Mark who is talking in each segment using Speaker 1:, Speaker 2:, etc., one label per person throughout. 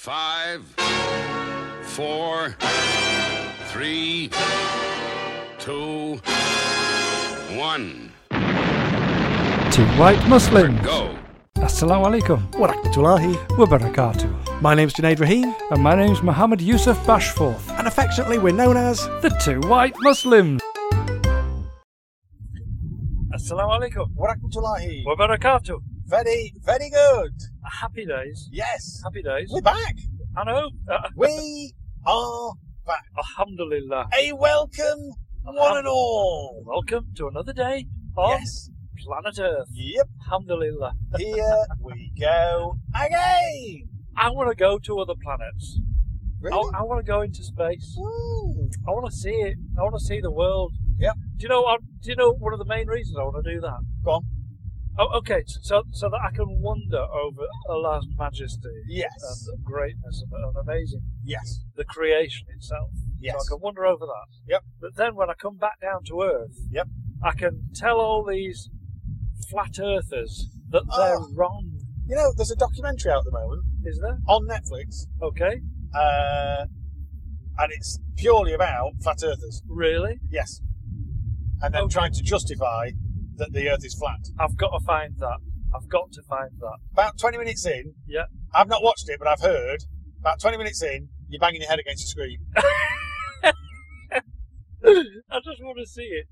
Speaker 1: Five, four, three, two, one.
Speaker 2: Two white Muslims.
Speaker 1: Go.
Speaker 2: Assalamu alaikum
Speaker 3: Warakmatullahi.
Speaker 2: wa barakatuh.
Speaker 3: My name's Junaid Rahim,
Speaker 2: And my name's Mohammed Yusuf Bashforth,
Speaker 3: and affectionately we're known as.
Speaker 2: the two white Muslims. Assalamu alaikum
Speaker 3: Warakmatullahi.
Speaker 2: wa barakatuh.
Speaker 3: Very, very good.
Speaker 2: Happy days.
Speaker 3: Yes.
Speaker 2: Happy days.
Speaker 3: We're back.
Speaker 2: I know. Uh,
Speaker 3: We are back.
Speaker 2: alhamdulillah.
Speaker 3: A welcome, one and all.
Speaker 2: Welcome to another day on
Speaker 3: Yes.
Speaker 2: planet Earth.
Speaker 3: Yep.
Speaker 2: Alhamdulillah.
Speaker 3: Here we go again.
Speaker 2: I want to go to other planets. I,
Speaker 3: Really?
Speaker 2: I want to go into space.
Speaker 3: Ooh.
Speaker 2: I want to see it. I want to see the world.
Speaker 3: Yep.
Speaker 2: Do you know? what- Do you know one of the main reasons I want to do that?
Speaker 3: Go on.
Speaker 2: Oh, okay. So, so that I can wonder over Allah's majesty and
Speaker 3: Yes.
Speaker 2: the greatness of it, and amazing
Speaker 3: Yes.
Speaker 2: the creation itself.
Speaker 3: Yes.
Speaker 2: So I can wonder over that.
Speaker 3: Yep.
Speaker 2: But then when I come back down to Earth,
Speaker 3: Yep.
Speaker 2: I can tell all these flat earthers that
Speaker 3: Oh.
Speaker 2: they're wrong.
Speaker 3: You know, there's a documentary out at the moment
Speaker 2: Is there?
Speaker 3: on Netflix,
Speaker 2: Okay.
Speaker 3: uh, and it's purely about flat earthers.
Speaker 2: Really?
Speaker 3: Yes. And then
Speaker 2: Okay.
Speaker 3: trying to justify that the earth is flat.
Speaker 2: I've got to find that. I've got to find that.
Speaker 3: About 20 minutes in,
Speaker 2: Yeah.
Speaker 3: I've not watched it, but I've heard. About 20 minutes in, you're banging your head against the screen.
Speaker 2: I just want to see it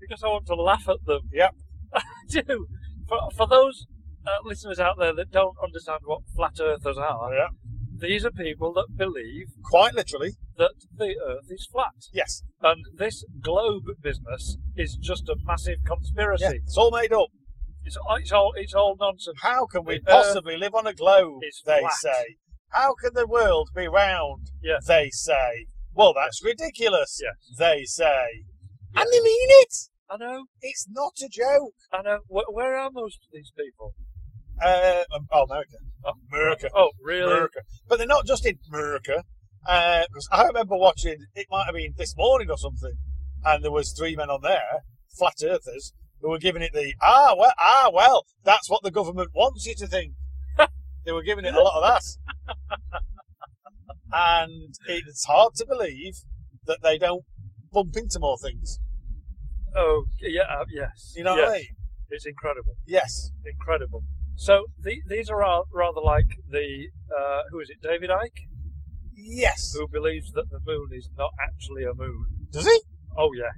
Speaker 2: because I want to laugh at them.
Speaker 3: Yep.
Speaker 2: I do. For, for those uh, listeners out there that don't understand what flat earthers are,
Speaker 3: Yeah.
Speaker 2: these are people that believe
Speaker 3: Quite literally,
Speaker 2: that the earth is flat.
Speaker 3: yes.
Speaker 2: And this globe business is just a massive conspiracy.
Speaker 3: Yeah, it's all made up.
Speaker 2: It's, all- it's all it's all nonsense.
Speaker 3: How can we
Speaker 2: The Earth
Speaker 3: possibly live on a globe?
Speaker 2: is
Speaker 3: They
Speaker 2: flat.
Speaker 3: say. How can the world be round?
Speaker 2: Yeah.
Speaker 3: They say. Well, that's ridiculous.
Speaker 2: Yes.
Speaker 3: They say. And they mean it.
Speaker 2: I know.
Speaker 3: It's not a joke.
Speaker 2: I know. Where, where are most of these people?
Speaker 3: Uh, um, oh, America. America.
Speaker 2: Oh, really?
Speaker 3: America. But they're not just in America. Uh, 'cause I remember watching, it might have been this morning or something, and there was three men on there, flat earthers, who were giving it the, ah, well, ah, well, that's what the government wants you to think. they were giving it a lot of that. and it's hard to believe that they don't bump into more things.
Speaker 2: Oh, yeah. Uh, yes.
Speaker 3: You know
Speaker 2: yes.
Speaker 3: what I mean?
Speaker 2: It's incredible.
Speaker 3: Yes.
Speaker 2: incredible. So the, these are ra- rather like the uh, who is it, David Icke,
Speaker 3: Yes.
Speaker 2: who believes that the moon is not actually a moon.
Speaker 3: Does he?
Speaker 2: Oh yeah,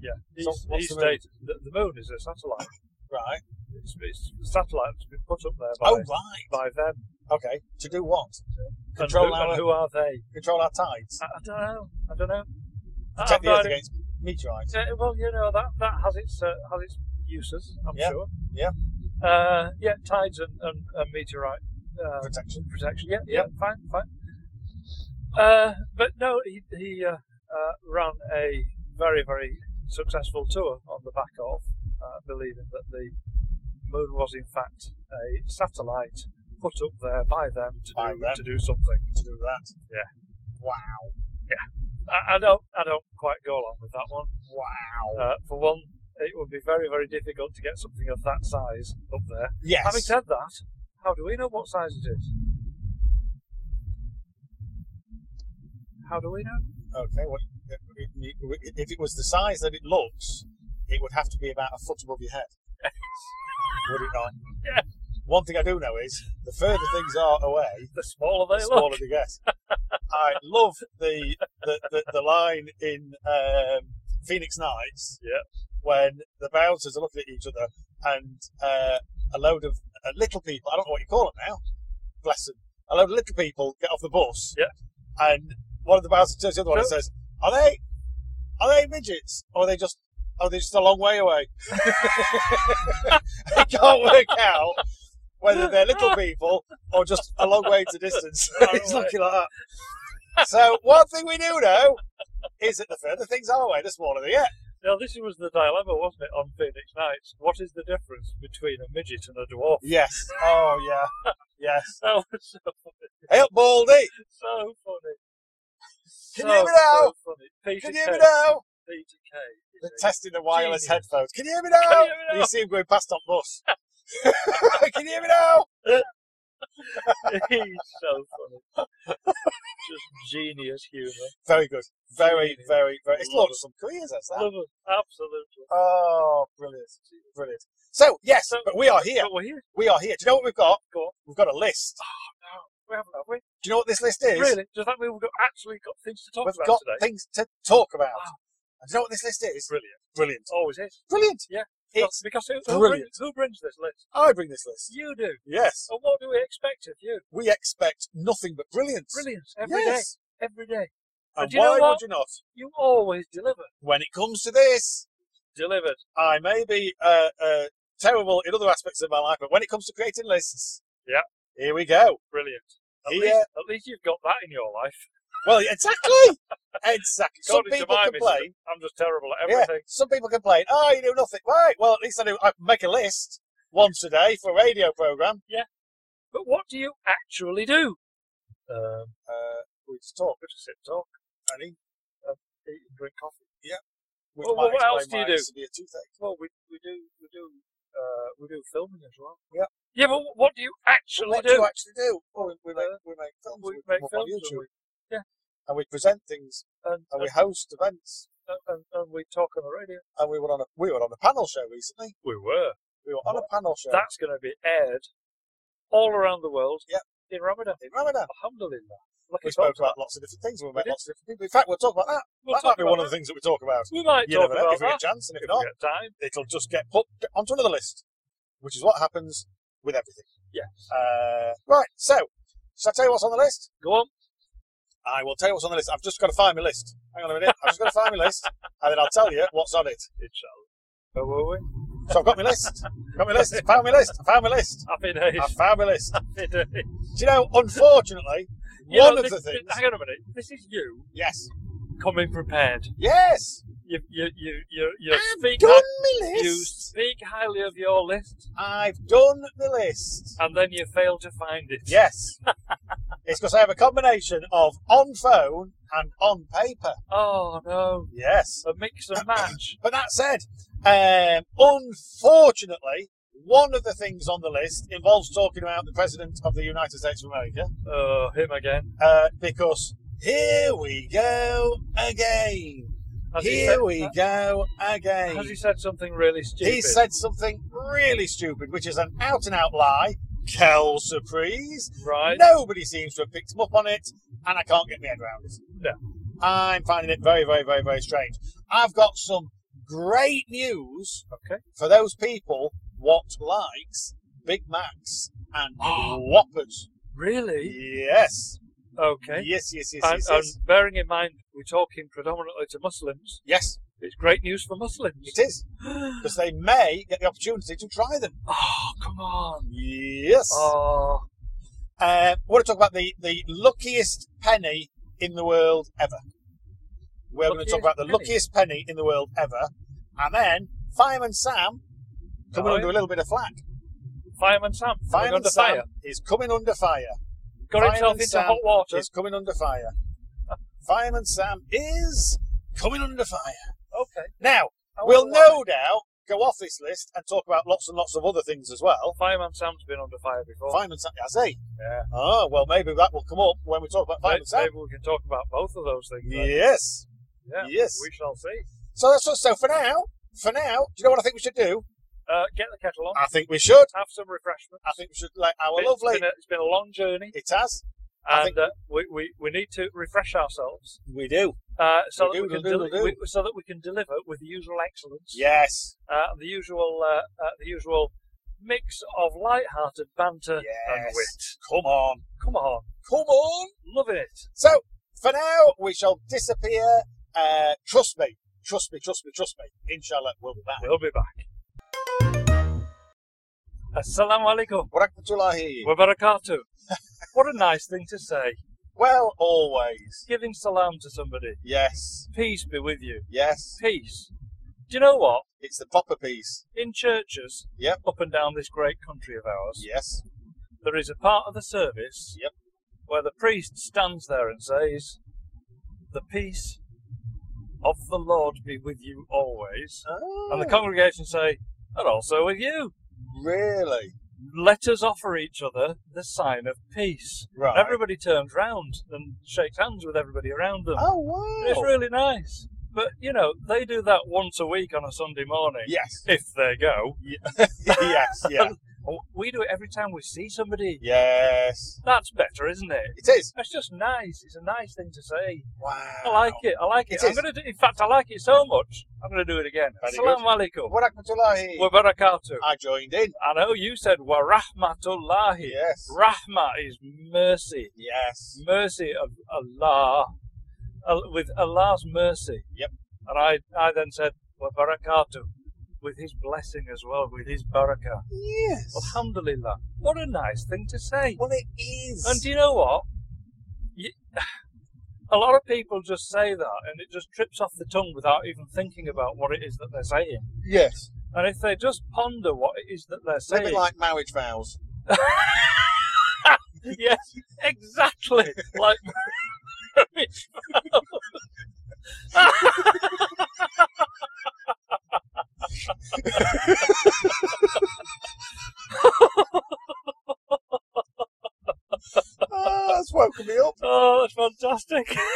Speaker 2: yeah. He,
Speaker 3: So
Speaker 2: he
Speaker 3: what's the moon?
Speaker 2: stated that the moon is a satellite.
Speaker 3: Right.
Speaker 2: It's, it's a satellite that's been put up there by,
Speaker 3: Oh, right.
Speaker 2: by them.
Speaker 3: Okay. To do what?
Speaker 2: And
Speaker 3: Control
Speaker 2: who,
Speaker 3: our
Speaker 2: and who are they?
Speaker 3: control our tides.
Speaker 2: I, I don't know. I don't know. I-
Speaker 3: protect
Speaker 2: I've
Speaker 3: the earth
Speaker 2: no idea.
Speaker 3: against meteorites.
Speaker 2: Ah, Yeah, well, you know that that has its uh, has its uses. I'm
Speaker 3: Yeah,
Speaker 2: sure.
Speaker 3: yeah.
Speaker 2: Uh, yeah, tides and, and, and meteorite uh,
Speaker 3: Protection.
Speaker 2: protection. Yeah, yeah, fine, fine. Uh, but no, he, he uh, uh, ran a very, very successful tour on the back of uh, believing that the moon was in fact a satellite put up there by them to,
Speaker 3: By
Speaker 2: do,
Speaker 3: them.
Speaker 2: to do something.
Speaker 3: To do that.
Speaker 2: Yeah.
Speaker 3: Wow.
Speaker 2: I, I don't, I don't quite go along with that one.
Speaker 3: Wow.
Speaker 2: Uh, for one, it would be very, very difficult to get something of that size up there.
Speaker 3: yes.
Speaker 2: Having said that, how do we know what size it is? How do we know?
Speaker 3: okay. Well, if it- if it was the size that it looks, it would have to be about a foot above your head. would it not?
Speaker 2: Yeah.
Speaker 3: One thing I do know is the further things are away,
Speaker 2: The smaller
Speaker 3: the
Speaker 2: they
Speaker 3: smaller
Speaker 2: look.
Speaker 3: they get. I love the the, the, the line in um, Phoenix Nights
Speaker 2: Yeah.
Speaker 3: when the bouncers are looking at each other and uh, a load of uh, little people, I don't know what you call them now, bless them, a load of little people get off the bus
Speaker 2: Yeah.
Speaker 3: and one of the bouncers turns to the other one and
Speaker 2: Sure.
Speaker 3: says, are they, are they midgets or are they just, are they just a long way away? I can't work out whether they're little people or just a long way to distance. it's looking like that. So one thing we do know is that the further things are away, the smaller they get.
Speaker 2: Now, this was the dilemma, wasn't it, on Phoenix Nights? What is the difference between a midget and a dwarf?
Speaker 3: Yes. Oh yeah. Yes.
Speaker 2: That was so funny.
Speaker 3: Help, Baldy.
Speaker 2: So funny.
Speaker 3: Can
Speaker 2: so,
Speaker 3: you hear me now?
Speaker 2: So funny. Peter
Speaker 3: Can you hear
Speaker 2: Kay.
Speaker 3: me now?
Speaker 2: Peter Kay. is
Speaker 3: They're
Speaker 2: a-
Speaker 3: testing the wireless
Speaker 2: Genius.
Speaker 3: headphones. Can you hear me
Speaker 2: Can
Speaker 3: now?
Speaker 2: you hear me now?
Speaker 3: You see him going past on bus. Can you hear me now?
Speaker 2: He's so funny. Just genius humour.
Speaker 3: Very good. Very,
Speaker 2: Really?
Speaker 3: very, very. It's
Speaker 2: Love
Speaker 3: launched some careers, that's that.
Speaker 2: Love it. Absolutely.
Speaker 3: Oh, brilliant. Brilliant. So, yes,
Speaker 2: So-
Speaker 3: but we are here.
Speaker 2: But we're here.
Speaker 3: We are here. Do you know what we've got?
Speaker 2: Go on.
Speaker 3: We've got a list.
Speaker 2: No, we haven't, have we?
Speaker 3: Do you know what this list is?
Speaker 2: Really? Does that mean we've got, actually got things to talk
Speaker 3: We've
Speaker 2: about
Speaker 3: got
Speaker 2: today?
Speaker 3: things to talk about.
Speaker 2: Wow.
Speaker 3: And do you know what this list is?
Speaker 2: Brilliant.
Speaker 3: Brilliant.
Speaker 2: Always is.
Speaker 3: Brilliant.
Speaker 2: Yeah.
Speaker 3: It's,
Speaker 2: because who, who,
Speaker 3: brilliant.
Speaker 2: brings, who brings this list?
Speaker 3: I bring this list.
Speaker 2: You do.
Speaker 3: Yes.
Speaker 2: And what do we expect of you?
Speaker 3: We expect nothing but brilliance.
Speaker 2: Brilliance. every day,
Speaker 3: yes.
Speaker 2: Every day. And
Speaker 3: And,
Speaker 2: do you know
Speaker 3: why
Speaker 2: what?
Speaker 3: would you not?
Speaker 2: You always deliver.
Speaker 3: When it comes to this,
Speaker 2: Delivered.
Speaker 3: I may be uh, uh, terrible in other aspects of my life, but when it comes to creating lists,
Speaker 2: Yeah.
Speaker 3: here we go.
Speaker 2: Brilliant. At,
Speaker 3: Yeah.
Speaker 2: least, at least you've got that in your life.
Speaker 3: Well, exactly, exactly. Some
Speaker 2: According to
Speaker 3: people
Speaker 2: my
Speaker 3: complain.
Speaker 2: mister, I'm just terrible at
Speaker 3: Yeah,
Speaker 2: everything.
Speaker 3: some people complain. Oh, you do nothing. Right. Well, at least I do. I make a list once a day for a radio program.
Speaker 2: But what do you actually do? Um,
Speaker 3: Uh, we just talk, uh,
Speaker 2: we just sit and talk,
Speaker 3: and he-
Speaker 2: eat and drink coffee.
Speaker 3: which
Speaker 2: Well,
Speaker 3: might
Speaker 2: what else
Speaker 3: explain
Speaker 2: do you
Speaker 3: why I
Speaker 2: do?
Speaker 3: used to be a toothache.
Speaker 2: Well, we, we do we do uh, we do filming as well.
Speaker 3: Yeah.
Speaker 2: Yeah, but what do you actually
Speaker 3: What
Speaker 2: do?
Speaker 3: do you actually do? Well, we, we make we make films.
Speaker 2: we
Speaker 3: put
Speaker 2: make
Speaker 3: them up
Speaker 2: films.
Speaker 3: on
Speaker 2: and
Speaker 3: YouTube,
Speaker 2: we- yeah.
Speaker 3: and we present things,
Speaker 2: And,
Speaker 3: and
Speaker 2: and,
Speaker 3: we host events,
Speaker 2: and, and, we talk on the radio.
Speaker 3: and we were on a we were on a panel show recently.
Speaker 2: We were.
Speaker 3: We were on a panel show
Speaker 2: That's going to be aired all around the world.
Speaker 3: Yeah.
Speaker 2: In Ramadan.
Speaker 3: in Ramadan.
Speaker 2: Alhamdulillah. Like I
Speaker 3: We spoke
Speaker 2: talked
Speaker 3: about lots of different things. and We met
Speaker 2: did.
Speaker 3: lots of different people. In fact, we'll talk about that.
Speaker 2: We'll
Speaker 3: that
Speaker 2: talk
Speaker 3: might be
Speaker 2: about
Speaker 3: one of
Speaker 2: that.
Speaker 3: the things that we talk about.
Speaker 2: We might
Speaker 3: You
Speaker 2: talk
Speaker 3: never know
Speaker 2: about
Speaker 3: if we get
Speaker 2: that
Speaker 3: a chance, and if
Speaker 2: if
Speaker 3: not,
Speaker 2: we get time.
Speaker 3: it'll just get put onto another list, which is what happens with everything.
Speaker 2: Yes.
Speaker 3: Uh, right, so, shall I tell you what's on the list?
Speaker 2: Go on.
Speaker 3: I will tell you what's on the list. I've just got to find my list. Hang on a minute. I've just got to find my list, and then I'll tell you what's on it.
Speaker 2: Inshallah. Where
Speaker 3: Oh,
Speaker 2: were we?
Speaker 3: So I've got my list. Got my list. I found my list. I found my list.
Speaker 2: Happy days.
Speaker 3: I found my list.
Speaker 2: Happy days.
Speaker 3: Do you know, unfortunately,
Speaker 2: You
Speaker 3: one
Speaker 2: know,
Speaker 3: of
Speaker 2: this-
Speaker 3: the things.
Speaker 2: Hang on a minute. This is you
Speaker 3: Yes.
Speaker 2: coming prepared.
Speaker 3: Yes.
Speaker 2: You, you, you, you, you speak.
Speaker 3: Done
Speaker 2: hi-
Speaker 3: my
Speaker 2: You
Speaker 3: list.
Speaker 2: speak highly of your list,
Speaker 3: I've done the list.
Speaker 2: and then you fail to find it.
Speaker 3: Yes. it's because I have a combination of on phone and on paper.
Speaker 2: Oh no.
Speaker 3: Yes.
Speaker 2: A mix
Speaker 3: Uh-uh.
Speaker 2: and match.
Speaker 3: But that said, um, unfortunately, one of the things on the list involves talking about the President of the United States of America
Speaker 2: oh, him again.
Speaker 3: uh, because here we go again.
Speaker 2: Has he
Speaker 3: here
Speaker 2: said-
Speaker 3: we go again.
Speaker 2: Has he said something really stupid?
Speaker 3: He said something really stupid, which is an out and out lie. Kel surprise.
Speaker 2: Right.
Speaker 3: Nobody seems to have picked him up on it, and I can't get my head around it.
Speaker 2: No.
Speaker 3: I'm finding it very, very, very, very strange. I've got some great news
Speaker 2: Okay.
Speaker 3: for those people what likes Big Macs and Whoppers.
Speaker 2: Really?
Speaker 3: Yes.
Speaker 2: Okay.
Speaker 3: Yes, yes, yes,
Speaker 2: and, um,
Speaker 3: yes.
Speaker 2: and
Speaker 3: Yes.
Speaker 2: bearing in mind we're talking predominantly to Muslims,
Speaker 3: yes,
Speaker 2: it's great news for Muslims.
Speaker 3: it is. Because they may get the opportunity to try them.
Speaker 2: oh, come on.
Speaker 3: Yes.
Speaker 2: Oh,
Speaker 3: Uh, we want to talk about the, the luckiest penny in the world ever. We're going to
Speaker 2: Luckiest
Speaker 3: talk about the
Speaker 2: penny?
Speaker 3: luckiest penny in the world ever. And then Fireman Sam coming
Speaker 2: Right.
Speaker 3: under a little bit of flack.
Speaker 2: Fireman Sam. going
Speaker 3: Fireman
Speaker 2: under
Speaker 3: Sam
Speaker 2: fire.
Speaker 3: is coming under fire.
Speaker 2: Got
Speaker 3: Fireman
Speaker 2: himself into
Speaker 3: Sam
Speaker 2: hot water.
Speaker 3: Is coming under fire. Fireman Sam is coming under fire.
Speaker 2: Okay.
Speaker 3: Now,
Speaker 2: I
Speaker 3: we'll
Speaker 2: wonder Oh, why.
Speaker 3: no doubt go off this list and talk about lots and lots of other things as well.
Speaker 2: Fireman Sam's been under fire before.
Speaker 3: Fireman Sam, I say.
Speaker 2: Yeah.
Speaker 3: Oh, well, maybe that will come up when we talk about
Speaker 2: May-
Speaker 3: Fireman
Speaker 2: maybe,
Speaker 3: Sam.
Speaker 2: we can talk about both of those things. then.
Speaker 3: Yes.
Speaker 2: Yeah,
Speaker 3: Yes.
Speaker 2: We shall see.
Speaker 3: So that's what, so for now, for now, do you know what I think we should do?
Speaker 2: Uh, get the kettle on.
Speaker 3: I think we should.
Speaker 2: Have some refreshments.
Speaker 3: I think we should let our
Speaker 2: It's
Speaker 3: Oh, lovely.
Speaker 2: Been a, it's been a long journey,
Speaker 3: It has. I
Speaker 2: and
Speaker 3: think-
Speaker 2: uh, we, we, we need to refresh ourselves
Speaker 3: We do.
Speaker 2: uh, so
Speaker 3: We
Speaker 2: that we
Speaker 3: do,
Speaker 2: can
Speaker 3: we do, we
Speaker 2: deli-
Speaker 3: do.
Speaker 2: we, so that we can deliver with the usual excellence.
Speaker 3: Yes.
Speaker 2: Uh, the usual uh, uh, the usual mix of light-hearted banter and
Speaker 3: Yes.
Speaker 2: wit.
Speaker 3: Come on.
Speaker 2: Come on,
Speaker 3: Come on.
Speaker 2: loving it.
Speaker 3: So for now, we shall disappear. Uh, trust me. Trust me. Trust me. Trust me. Inshallah, we'll be back.
Speaker 2: We'll be back. Assalamu alaikum
Speaker 3: Wa rahmatullahi.
Speaker 2: wa barakatuh. what a nice thing to say.
Speaker 3: Well, always.
Speaker 2: Giving salam to somebody.
Speaker 3: Yes.
Speaker 2: Peace be with you.
Speaker 3: Yes.
Speaker 2: Peace. Do you know what?
Speaker 3: It's the proper piece.
Speaker 2: In churches
Speaker 3: Yep.
Speaker 2: up and down this great country of ours,
Speaker 3: Yes.
Speaker 2: there is a part of the service
Speaker 3: Yep.
Speaker 2: where the priest stands there and says, The peace of the Lord be with you always.
Speaker 3: Oh,
Speaker 2: And the congregation say, And also with you.
Speaker 3: really?
Speaker 2: let us offer each other the sign of peace.
Speaker 3: Right.
Speaker 2: And everybody turns round and shakes hands with everybody around them.
Speaker 3: oh
Speaker 2: It's
Speaker 3: wow!
Speaker 2: really nice. But, you know, they do that once a week on a Sunday morning.
Speaker 3: Yes.
Speaker 2: If they go.
Speaker 3: yes. Yeah.
Speaker 2: Oh, We do it every time we see somebody.
Speaker 3: Yes.
Speaker 2: That's better, isn't it?
Speaker 3: It is.
Speaker 2: That's just nice. It's a nice thing to say.
Speaker 3: Wow.
Speaker 2: I like it. I like it.
Speaker 3: It
Speaker 2: I'm
Speaker 3: is.
Speaker 2: going to do. In fact, I like it so much. I'm going to do it again.
Speaker 3: Very
Speaker 2: Salam alaikum.
Speaker 3: Warakmatullahi.
Speaker 2: Wa barakatuh.
Speaker 3: I joined in.
Speaker 2: I know you said wa rahmatullahi.
Speaker 3: Yes.
Speaker 2: Rahma is mercy.
Speaker 3: Yes.
Speaker 2: Mercy of Allah. Al- With Allah's mercy.
Speaker 3: Yep.
Speaker 2: And I, I then said wa barakatuh. With his blessing as well, with his barakah.
Speaker 3: Yes.
Speaker 2: Alhamdulillah. What a nice thing to say.
Speaker 3: Well, it is.
Speaker 2: And do you know what? You, a lot of people just say that, and it just trips off the tongue without even thinking about what it is that they're saying.
Speaker 3: yes.
Speaker 2: And if they just ponder what it is that they're
Speaker 3: It's a bit
Speaker 2: saying,
Speaker 3: like marriage vows.
Speaker 2: yes, exactly, like marriage vows.
Speaker 3: oh, that's woken me up.
Speaker 2: oh, that's fantastic.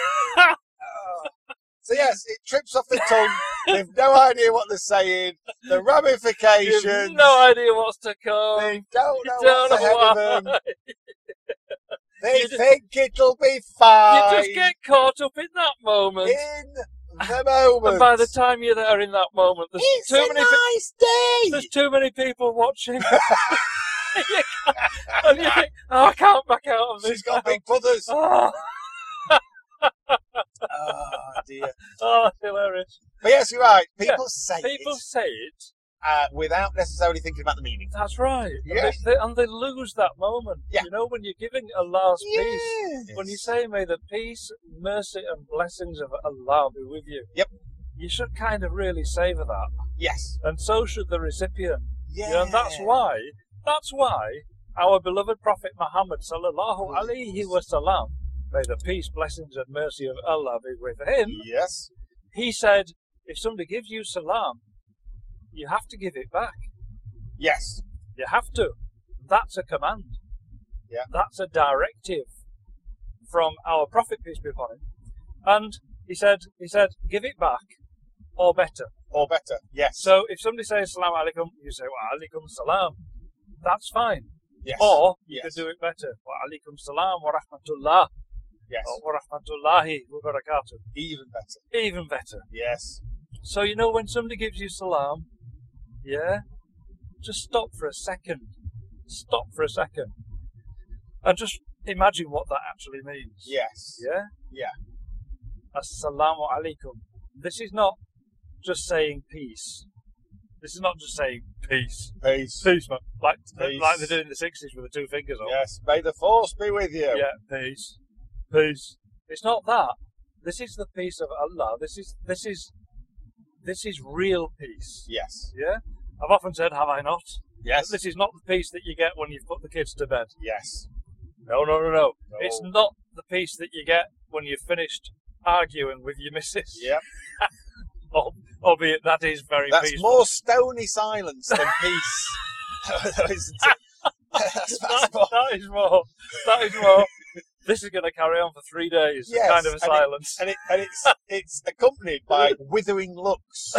Speaker 3: So yes, it trips off the tongue. They've no idea what they're saying. The ramifications.
Speaker 2: you have no idea what's to come.
Speaker 3: They don't know
Speaker 2: You don't
Speaker 3: what's
Speaker 2: know
Speaker 3: ahead
Speaker 2: why.
Speaker 3: of them. They
Speaker 2: You just-
Speaker 3: think it'll be
Speaker 2: You
Speaker 3: fine.
Speaker 2: just get caught up in that moment.
Speaker 3: in the moment.
Speaker 2: And by the time you're there in that moment, there's
Speaker 3: it's
Speaker 2: too
Speaker 3: a
Speaker 2: many pe-
Speaker 3: nice day.
Speaker 2: there's too many people watching. and you think, oh, I can't back out of this.
Speaker 3: She's got
Speaker 2: now."
Speaker 3: big brothers.
Speaker 2: Oh,
Speaker 3: oh dear.
Speaker 2: oh, that's hilarious.
Speaker 3: But yes, you're right.
Speaker 2: Yeah.
Speaker 3: People say
Speaker 2: People
Speaker 3: it
Speaker 2: say it.
Speaker 3: uh, without necessarily thinking about the meaning.
Speaker 2: That's right.
Speaker 3: Yeah.
Speaker 2: And, they, they, and they lose that moment.
Speaker 3: Yeah.
Speaker 2: You know, when you're giving Allah's peace,
Speaker 3: Yes.
Speaker 2: when you say, may the peace, mercy, and blessings of Allah be with you.
Speaker 3: Yep.
Speaker 2: You should kind of really savour that.
Speaker 3: yes,
Speaker 2: And so should the recipient.
Speaker 3: yeah,
Speaker 2: You know, and that's why, that's why our beloved Prophet Muhammad sallallahu alaihi wasallam, may the peace, blessings, and mercy of Allah be with him.
Speaker 3: Yes,
Speaker 2: He said, if somebody gives you salam, you have to give it back.
Speaker 3: yes,
Speaker 2: You have to. That's a command.
Speaker 3: Yeah.
Speaker 2: That's a directive from our Prophet peace be upon him. And he said, he said, give it back, or better.
Speaker 3: or better. Yes,
Speaker 2: So if somebody says salam alaikum, you say wa alaikum salam. That's fine.
Speaker 3: yes,
Speaker 2: Or you
Speaker 3: yes.
Speaker 2: could do it better. Wa alaikum salam wa rahmatullah.
Speaker 3: yes,
Speaker 2: Or wa rahmatullahi wa barakatuh.
Speaker 3: even better.
Speaker 2: Even better.
Speaker 3: Yes,
Speaker 2: So you know when somebody gives you salam, yeah, just stop for a second. Stop for a second. And just imagine what that actually means.
Speaker 3: yes,
Speaker 2: Yeah?
Speaker 3: Yeah.
Speaker 2: Assalamu alaikum. This is not just saying peace. This is not just saying peace.
Speaker 3: peace.
Speaker 2: Peace, man. Like,
Speaker 3: Peace.
Speaker 2: like they do in the 60s with the two fingers up.
Speaker 3: Yes, may the force be with you.
Speaker 2: Yeah, peace. Peace. It's not that. This is the peace of Allah. This is this is this is real peace.
Speaker 3: Yes,
Speaker 2: Yeah? I've often said, have I not?
Speaker 3: yes,
Speaker 2: This is not the peace that you get when you've put the kids to bed.
Speaker 3: yes.
Speaker 2: No, no, no, no.
Speaker 3: No.
Speaker 2: It's not the peace that you get when you've finished arguing with your missus.
Speaker 3: Yep.
Speaker 2: Al- Albeit that is very
Speaker 3: That's
Speaker 2: peaceful.
Speaker 3: more stony silence than peace. Isn't it? That's, that's
Speaker 2: That-
Speaker 3: more-
Speaker 2: that is more. That is more. this is going to carry on for three days.
Speaker 3: Yes,
Speaker 2: kind of a
Speaker 3: and it-
Speaker 2: silence.
Speaker 3: and, it, and it's it's accompanied by withering looks.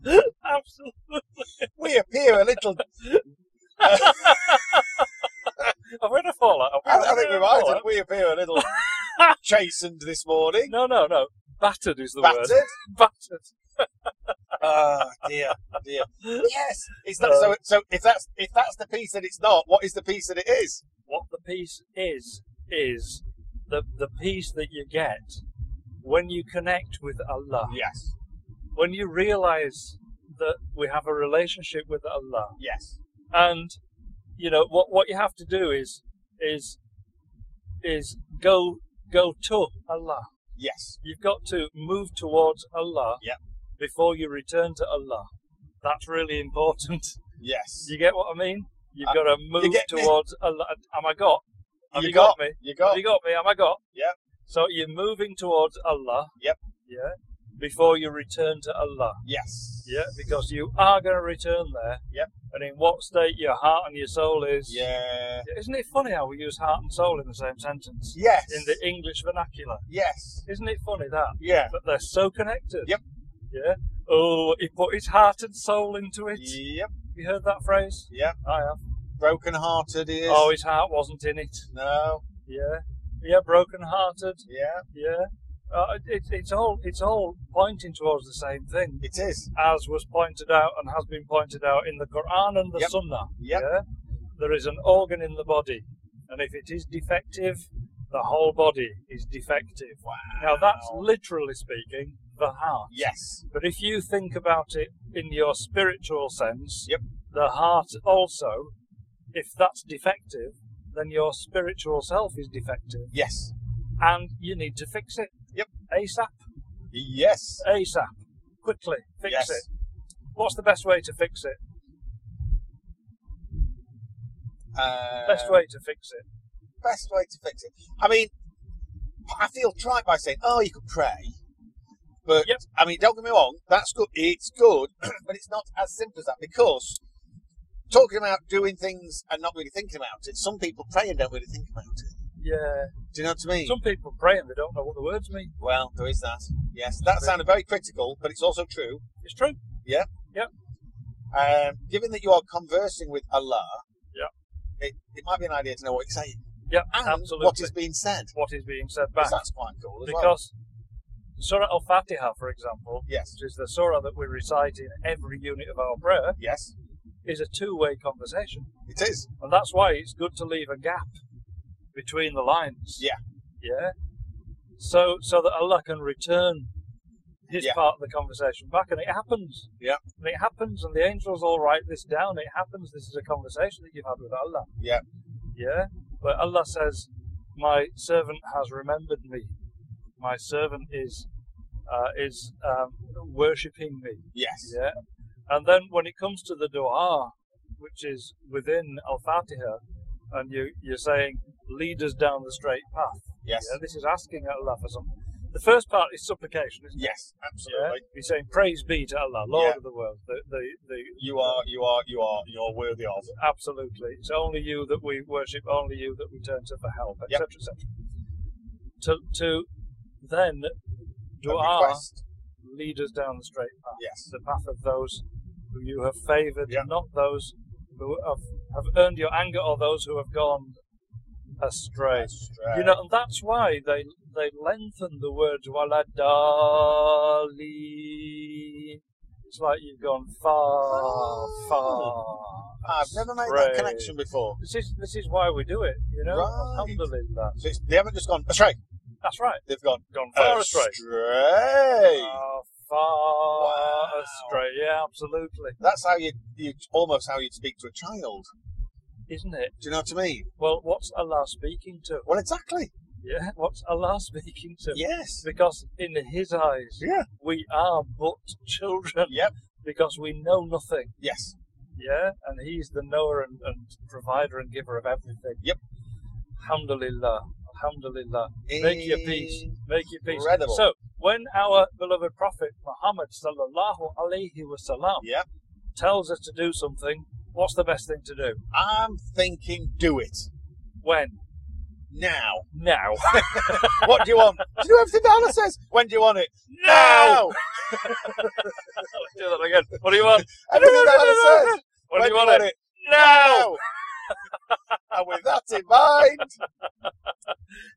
Speaker 2: Absolutely.
Speaker 3: We appear a little.
Speaker 2: Have we had a fallout?
Speaker 3: I,
Speaker 2: Have we
Speaker 3: I
Speaker 2: had
Speaker 3: think
Speaker 2: a
Speaker 3: we might.
Speaker 2: fallout?
Speaker 3: have- We appear a little chastened this morning.
Speaker 2: No, no, no. Battered is the word.
Speaker 3: Battered.
Speaker 2: Battered.
Speaker 3: Oh dear, dear. Yes, it's that. So, so if that's if that's the piece that it's not, what is the piece that it is?
Speaker 2: what the peace is is the the peace that you get when you connect with Allah.
Speaker 3: Yes,
Speaker 2: When you realize that we have a relationship with Allah,
Speaker 3: yes,
Speaker 2: and you know what what you have to do is is is go go to Allah.
Speaker 3: yes,
Speaker 2: You've got to move towards Allah
Speaker 3: Yep.
Speaker 2: before you return to Allah. That's really important.
Speaker 3: yes.
Speaker 2: You get what I mean? You've
Speaker 3: Uh,
Speaker 2: got to move
Speaker 3: get me.
Speaker 2: towards Allah. Am I got? Have you,
Speaker 3: You
Speaker 2: got,
Speaker 3: got-
Speaker 2: me?
Speaker 3: You
Speaker 2: Have
Speaker 3: got
Speaker 2: you got me? Am I got?
Speaker 3: Yep.
Speaker 2: So you're moving towards Allah.
Speaker 3: Yep.
Speaker 2: Yeah. before you return to Allah.
Speaker 3: Yes.
Speaker 2: Yeah, because you are going to return there.
Speaker 3: Yep.
Speaker 2: And in what state your heart and your soul is.
Speaker 3: Yeah.
Speaker 2: Isn't it funny how we use heart and soul in the same sentence?
Speaker 3: Yes.
Speaker 2: In the English vernacular.
Speaker 3: yes.
Speaker 2: Isn't it funny that?
Speaker 3: Yeah.
Speaker 2: But they're so connected.
Speaker 3: Yep.
Speaker 2: Yeah. Oh, he put his heart and soul into it.
Speaker 3: Yep.
Speaker 2: You heard that phrase?
Speaker 3: Yep.
Speaker 2: I have.
Speaker 3: Broken-hearted is.
Speaker 2: Oh, his heart wasn't in it.
Speaker 3: no.
Speaker 2: Yeah. Yeah, broken hearted.
Speaker 3: Yeah.
Speaker 2: Yeah. Uh, it, it's all it's all pointing towards the same thing.
Speaker 3: It is.
Speaker 2: as was pointed out and has been pointed out in the Quran and the
Speaker 3: Yep.
Speaker 2: Sunnah.
Speaker 3: Yep.
Speaker 2: Yeah? There is an organ in the body, and if it is defective, the whole body is defective.
Speaker 3: Wow.
Speaker 2: Now, that's literally speaking the heart.
Speaker 3: Yes.
Speaker 2: But if you think about it in your spiritual sense,
Speaker 3: Yep.
Speaker 2: the heart also, if that's defective, then your spiritual self is defective,
Speaker 3: Yes.
Speaker 2: and you need to fix it.
Speaker 3: Yep.
Speaker 2: ASAP.
Speaker 3: Yes.
Speaker 2: ASAP. Quickly. Fix
Speaker 3: yes.
Speaker 2: it. What's the best way to fix it?
Speaker 3: Uh,
Speaker 2: Best way to fix it.
Speaker 3: Best way to fix it. I mean, I feel trite by saying, "Oh, you could pray," but
Speaker 2: Yep.
Speaker 3: I mean, don't get me wrong. That's good. It's good, but it's not as simple as that because talking about doing things and not really thinking about it. Some people pray and don't really think about it.
Speaker 2: Yeah.
Speaker 3: Do you know what I mean?
Speaker 2: Some people pray and they don't know what the words mean.
Speaker 3: well, there is that. Yes, that sounded very critical, but it's also true.
Speaker 2: It's true.
Speaker 3: Um, given that you are conversing with Allah,
Speaker 2: Yeah.
Speaker 3: it, it might be an idea to know what it's saying
Speaker 2: Yeah,
Speaker 3: and
Speaker 2: absolutely.
Speaker 3: what is being said.
Speaker 2: What is being said back.
Speaker 3: Because that's quite cool as well.
Speaker 2: Because Surah Al Fatiha, for example,
Speaker 3: Yes,
Speaker 2: which is the Surah that we recite in every unit of our prayer,
Speaker 3: yes,
Speaker 2: is a two way conversation.
Speaker 3: it is.
Speaker 2: And that's why it's good to leave a gap between the lines.
Speaker 3: Yeah.
Speaker 2: Yeah. So so that Allah can return his
Speaker 3: Yeah.
Speaker 2: part of the conversation back and it happens.
Speaker 3: Yeah.
Speaker 2: And it happens and the angels all write this down. It happens. This is a conversation that you've had with Allah.
Speaker 3: Yeah.
Speaker 2: Yeah. But Allah says, My servant has remembered me. My servant is uh, is um, worshipping me.
Speaker 3: Yes,
Speaker 2: Yeah. And then when it comes to the dua, which is within Al Fatiha, and you, you're saying, lead us down the straight path.
Speaker 3: yes,
Speaker 2: Yeah, this is asking Allah for something. The first part is supplication, isn't it?
Speaker 3: yes,
Speaker 2: Yeah.
Speaker 3: absolutely.
Speaker 2: You're saying, praise be to Allah, Lord
Speaker 3: Yeah.
Speaker 2: of the world. The, the, the,
Speaker 3: You are, you are, you are, you're worthy of.
Speaker 2: Absolutely. It's only you that we worship, only you that we turn to for help,
Speaker 3: Yep.
Speaker 2: etc., etc. To, to then
Speaker 3: a
Speaker 2: dua,
Speaker 3: request.
Speaker 2: lead us down the straight path.
Speaker 3: Yes,
Speaker 2: the path of those who you have favoured,
Speaker 3: Yeah.
Speaker 2: not those who have, have earned your anger or those who have gone astray.
Speaker 3: That's right.
Speaker 2: You know, and that's why they they lengthen the words waladali. It's like you've gone far, far.
Speaker 3: I've never made
Speaker 2: astray.
Speaker 3: that connection before.
Speaker 2: This is this is why we do it. You know,
Speaker 3: Right.
Speaker 2: alhamdulillah.
Speaker 3: So it's, they haven't just gone astray.
Speaker 2: That's right.
Speaker 3: They've gone
Speaker 2: Gone far astray.
Speaker 3: astray.
Speaker 2: Ah, far
Speaker 3: Wow.
Speaker 2: astray. Yeah, absolutely.
Speaker 3: That's how you, you almost how you'd speak to a child.
Speaker 2: Isn't it?
Speaker 3: Do you know what I mean?
Speaker 2: Well, what's Allah speaking to?
Speaker 3: Well, exactly.
Speaker 2: Yeah, what's Allah speaking to?
Speaker 3: Yes.
Speaker 2: Because in His eyes,
Speaker 3: Yeah.
Speaker 2: we are but children.
Speaker 3: Yep.
Speaker 2: Because we know nothing.
Speaker 3: Yes.
Speaker 2: Yeah, and He's the knower and, and provider and giver of everything.
Speaker 3: Yep.
Speaker 2: Alhamdulillah. Alhamdulillah. Make your peace. Make your peace.
Speaker 3: Incredible.
Speaker 2: So, when our beloved Prophet Muhammad sallallahu alaihi wasallam
Speaker 3: Yep.
Speaker 2: tells us to do something, what's the best thing to do?
Speaker 3: I'm thinking, do it
Speaker 2: When?
Speaker 3: now.
Speaker 2: Now.
Speaker 3: What do you want? do you know everything that Allah says? When do you want it?
Speaker 2: now. do that again. What do you want?
Speaker 3: Everything that Allah says.
Speaker 2: What
Speaker 3: when
Speaker 2: do you want? it? Now.
Speaker 3: Now. and with that in mind,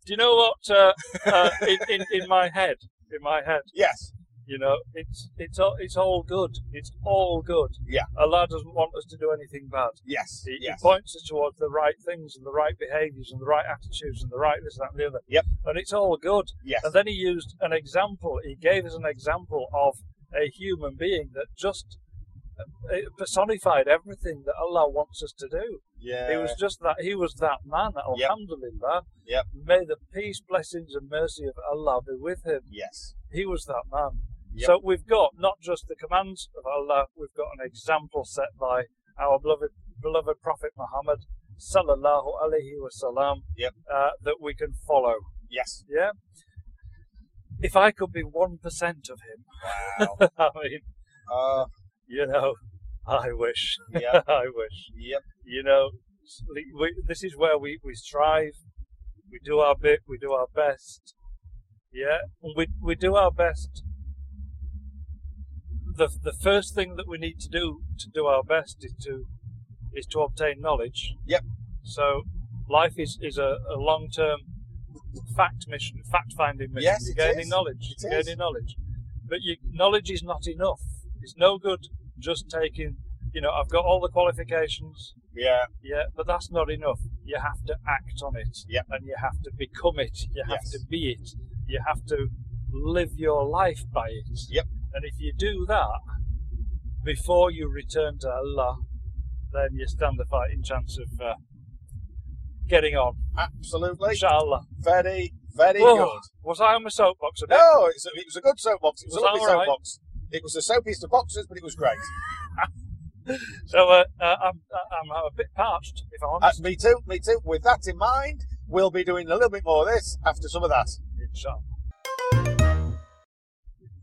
Speaker 2: Do you know what? Uh, uh, in, in in my head, in my head,
Speaker 3: yes,
Speaker 2: you know, it's it's all it's all good. It's all good.
Speaker 3: Yeah.
Speaker 2: Allah doesn't want us to do anything bad.
Speaker 3: yes,
Speaker 2: He, he
Speaker 3: yes,
Speaker 2: points us towards the right things and the right behaviours and the right attitudes and the right this that and the other.
Speaker 3: Yep.
Speaker 2: And it's all good.
Speaker 3: yes,
Speaker 2: And then he used an example. He gave us an example of a human being that just uh, personified everything that Allah wants us to do.
Speaker 3: yeah.
Speaker 2: He was just that. He was that man.
Speaker 3: Yep.
Speaker 2: Alhamdulillah.
Speaker 3: Yep.
Speaker 2: May the peace, blessings, and mercy of Allah be with him.
Speaker 3: yes,
Speaker 2: He was that man.
Speaker 3: Yep.
Speaker 2: So we've got not just the commands of Allah. We've got an example set by our beloved, beloved Prophet Muhammad, sallallahu alaihi wasallam,
Speaker 3: Yep.
Speaker 2: uh, that we can follow.
Speaker 3: yes,
Speaker 2: Yeah. if I could be one percent of him,
Speaker 3: Wow.
Speaker 2: I mean,
Speaker 3: uh,
Speaker 2: you know, I wish,
Speaker 3: yeah.
Speaker 2: I wish.
Speaker 3: Yep.
Speaker 2: You know, s- we, we- this is where we, we strive. We do our bit. We do our best. Yeah, and we we do our best. The the first thing that we need to do to do our best is to is to obtain knowledge.
Speaker 3: Yep.
Speaker 2: So life is, is a, a long term fact mission, fact finding mission.
Speaker 3: Yes,
Speaker 2: You're
Speaker 3: it
Speaker 2: gaining
Speaker 3: is.
Speaker 2: knowledge.
Speaker 3: It
Speaker 2: You're
Speaker 3: is.
Speaker 2: gaining knowledge. But you, knowledge is not enough. It's no good just taking, you know, I've got all the qualifications,
Speaker 3: Yeah.
Speaker 2: yeah, but that's not enough. You have to act on it.
Speaker 3: Yeah.
Speaker 2: And you have to become it. You have
Speaker 3: Yes.
Speaker 2: to be it. You have to live your life by it.
Speaker 3: Yep.
Speaker 2: And if you do that before you return to Allah, then you stand a fighting chance of uh, getting on.
Speaker 3: Absolutely.
Speaker 2: Inshallah.
Speaker 3: Very, very
Speaker 2: Whoa,
Speaker 3: good.
Speaker 2: was I on my soapbox a bit?
Speaker 3: No, it's a, it was a good soapbox. It was,
Speaker 2: Was
Speaker 3: a
Speaker 2: that
Speaker 3: lovely
Speaker 2: all right?
Speaker 3: soapbox. It was a soappiece to boxers, but it was great.
Speaker 2: So uh, uh, I'm, I'm a bit parched, if I'm
Speaker 3: Uh,
Speaker 2: honest.
Speaker 3: me too, me too. With that in mind, we'll be doing a little bit more of this after some of that.
Speaker 2: Inshallah.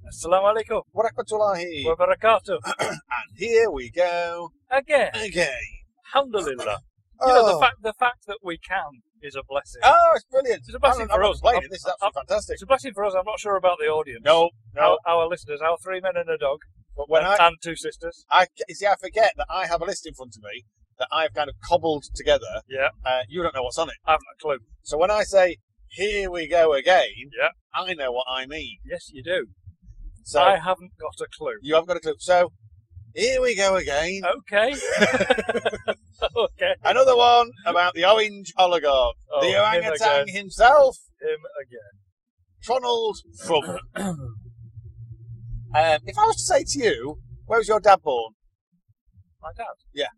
Speaker 2: Assalamu alaikum
Speaker 3: What Warakatullahi.
Speaker 2: wa barakatuh.
Speaker 3: and here we go
Speaker 2: Again.
Speaker 3: again.
Speaker 2: Alhamdulillah.
Speaker 3: Oh,
Speaker 2: You know, the fact the fact that we can is a blessing.
Speaker 3: oh it's brilliant.
Speaker 2: It's a blessing
Speaker 3: I'm not-
Speaker 2: for
Speaker 3: I'm
Speaker 2: us.
Speaker 3: not complaining.
Speaker 2: I'm-
Speaker 3: This is absolutely fantastic.
Speaker 2: It's a blessing for us. I'm not sure about the audience.
Speaker 3: No, no.
Speaker 2: Our, our listeners, our three men and a dog,
Speaker 3: But when
Speaker 2: and,
Speaker 3: I,
Speaker 2: and two sisters.
Speaker 3: I, you see, I forget that I have a list in front of me that I've kind of cobbled together.
Speaker 2: Yeah.
Speaker 3: Uh, you don't know what's on it.
Speaker 2: I haven't a clue.
Speaker 3: So when I say, here we go again,
Speaker 2: Yeah.
Speaker 3: I know what I mean.
Speaker 2: Yes, you do.
Speaker 3: So
Speaker 2: I haven't got a clue.
Speaker 3: you haven't got a clue. So here we go again.
Speaker 2: Okay. okay.
Speaker 3: Another one about the orange oligarch,
Speaker 2: Oh,
Speaker 3: the
Speaker 2: him
Speaker 3: orangutan
Speaker 2: again.
Speaker 3: himself,
Speaker 2: Him again.
Speaker 3: Tronald Trump. um, if I was to say to you, where was your dad born?
Speaker 2: My dad.
Speaker 3: Yeah.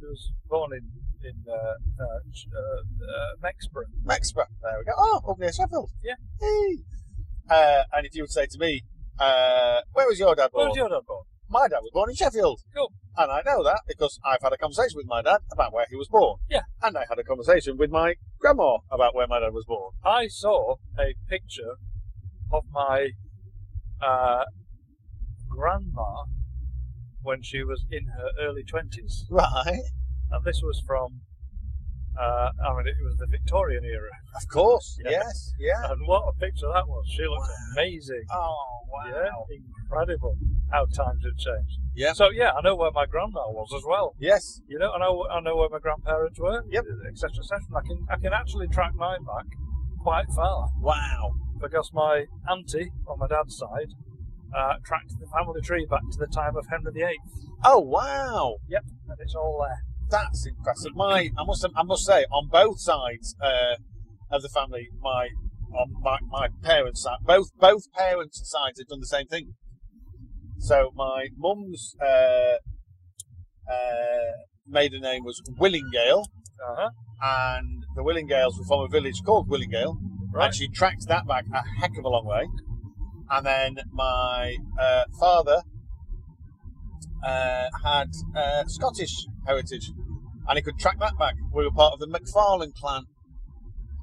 Speaker 2: He was born in in uh, uh, Ch- uh, uh, Mexborough.
Speaker 3: Mexborough. There we go. Oh, up near Sheffield.
Speaker 2: Yeah.
Speaker 3: Hey. Uh, and if you would say to me, uh, where was your dad
Speaker 2: Where
Speaker 3: born?
Speaker 2: was your dad born?
Speaker 3: My dad was born in Sheffield.
Speaker 2: Cool.
Speaker 3: And I know that because I've had a conversation with my dad about where he was born.
Speaker 2: Yeah.
Speaker 3: And I had a conversation with my grandma about where my dad was born.
Speaker 2: I saw a picture of my uh, grandma when she was in her early 20s.
Speaker 3: Right.
Speaker 2: And this was from, uh, I mean, it was the Victorian era.
Speaker 3: Of course.
Speaker 2: Yeah.
Speaker 3: Yes. Yeah.
Speaker 2: And what a picture that was. She looked amazing.
Speaker 3: Oh,
Speaker 2: Yeah,
Speaker 3: wow.
Speaker 2: incredible how times have changed.
Speaker 3: Yeah.
Speaker 2: So, yeah, I know where my grandma was as well.
Speaker 3: Yes.
Speaker 2: You know, I know, I know where my grandparents were,
Speaker 3: Yep.
Speaker 2: etc., etc. And I can, I can actually track mine back quite far.
Speaker 3: Wow.
Speaker 2: because my auntie on my dad's side uh, tracked the family tree back to the time of Henry VIII,
Speaker 3: Oh, wow.
Speaker 2: and it's all there.
Speaker 3: That's impressive. My, I must, I must say, on both sides uh, of the family, my, on my, my parents' side, both both parents' sides have done the same thing. So my mum's uh, uh, maiden name was Willingale,
Speaker 2: Uh-huh.
Speaker 3: and the Willingales were from a village called Willingale,
Speaker 2: Right.
Speaker 3: and she tracked that back a heck of a long way. And then my uh, father uh, had uh, Scottish heritage, and he could track that back. We were part of the McFarlane clan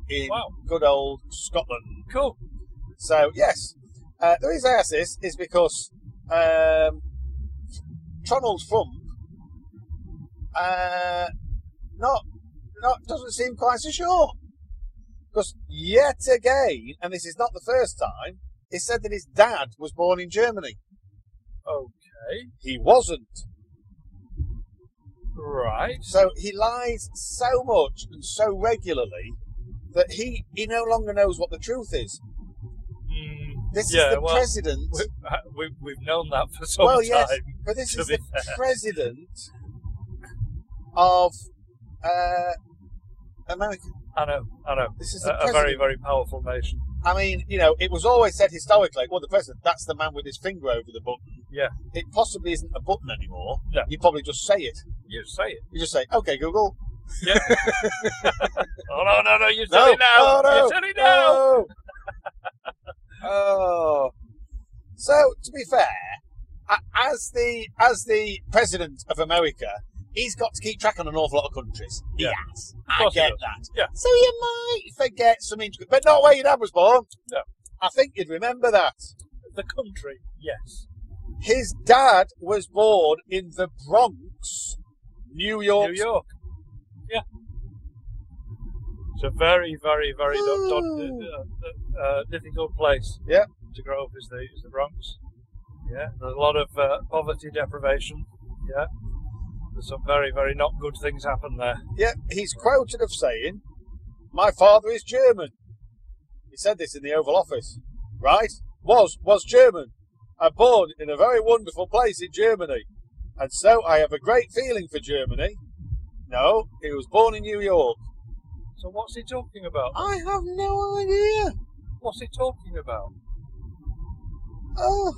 Speaker 3: in
Speaker 2: Wow.
Speaker 3: good old Scotland.
Speaker 2: Cool.
Speaker 3: So yes, uh, the reason I ask this is because um, Tronald Trump uh, not not doesn't seem quite so sure because yet again, and this is not the first time, he said that his dad was born in Germany.
Speaker 2: Oh, Okay.
Speaker 3: He wasn't.
Speaker 2: Right.
Speaker 3: So he lies so much and so regularly that he, he no longer knows what the truth is.
Speaker 2: Mm,
Speaker 3: This
Speaker 2: yeah,
Speaker 3: is the
Speaker 2: well,
Speaker 3: president.
Speaker 2: we, uh, we, we've known that for some
Speaker 3: Well,
Speaker 2: time.
Speaker 3: yes, But this
Speaker 2: to
Speaker 3: is
Speaker 2: be
Speaker 3: the
Speaker 2: fair.
Speaker 3: president of uh, America.
Speaker 2: I know, I know.
Speaker 3: This is
Speaker 2: A,
Speaker 3: the
Speaker 2: a
Speaker 3: president.
Speaker 2: very, very powerful nation.
Speaker 3: I mean, you know, it was always said historically, well, the president, that's the man with his finger over the button.
Speaker 2: Yeah.
Speaker 3: It possibly isn't a button anymore.
Speaker 2: No.
Speaker 3: You probably just say it.
Speaker 2: You say it.
Speaker 3: You just say, okay, Google.
Speaker 2: Oh, no, no, no, you said
Speaker 3: No, Oh,
Speaker 2: it now.
Speaker 3: no, no,
Speaker 2: you said it now.
Speaker 3: No. oh. So, to be fair, a- as the as the president of America, he's got to keep track on an awful lot of countries.
Speaker 2: Yeah.
Speaker 3: He has.
Speaker 2: Of
Speaker 3: I
Speaker 2: course he
Speaker 3: get that.
Speaker 2: Yeah.
Speaker 3: So you might forget some intricate, but not where your dad was born.
Speaker 2: No.
Speaker 3: I think you'd remember that.
Speaker 2: The country, yes.
Speaker 3: His dad was born in the Bronx, New York.
Speaker 2: New York. Yeah. It's a very, very, very do- do- uh, uh, difficult place.
Speaker 3: Yeah.
Speaker 2: To grow up is the is the Bronx. Yeah. There's a lot of uh, poverty, deprivation. Yeah. There's some very, very not good things happen there.
Speaker 3: Yeah, he's quoted of saying, "My father is German." He said this in the Oval Office, right? Was was German. I born in a very wonderful place in Germany, and so I have a great feeling for Germany. No, he was born in New York.
Speaker 2: So what's he talking about?
Speaker 3: I have no idea.
Speaker 2: What's he talking about?
Speaker 3: Oh,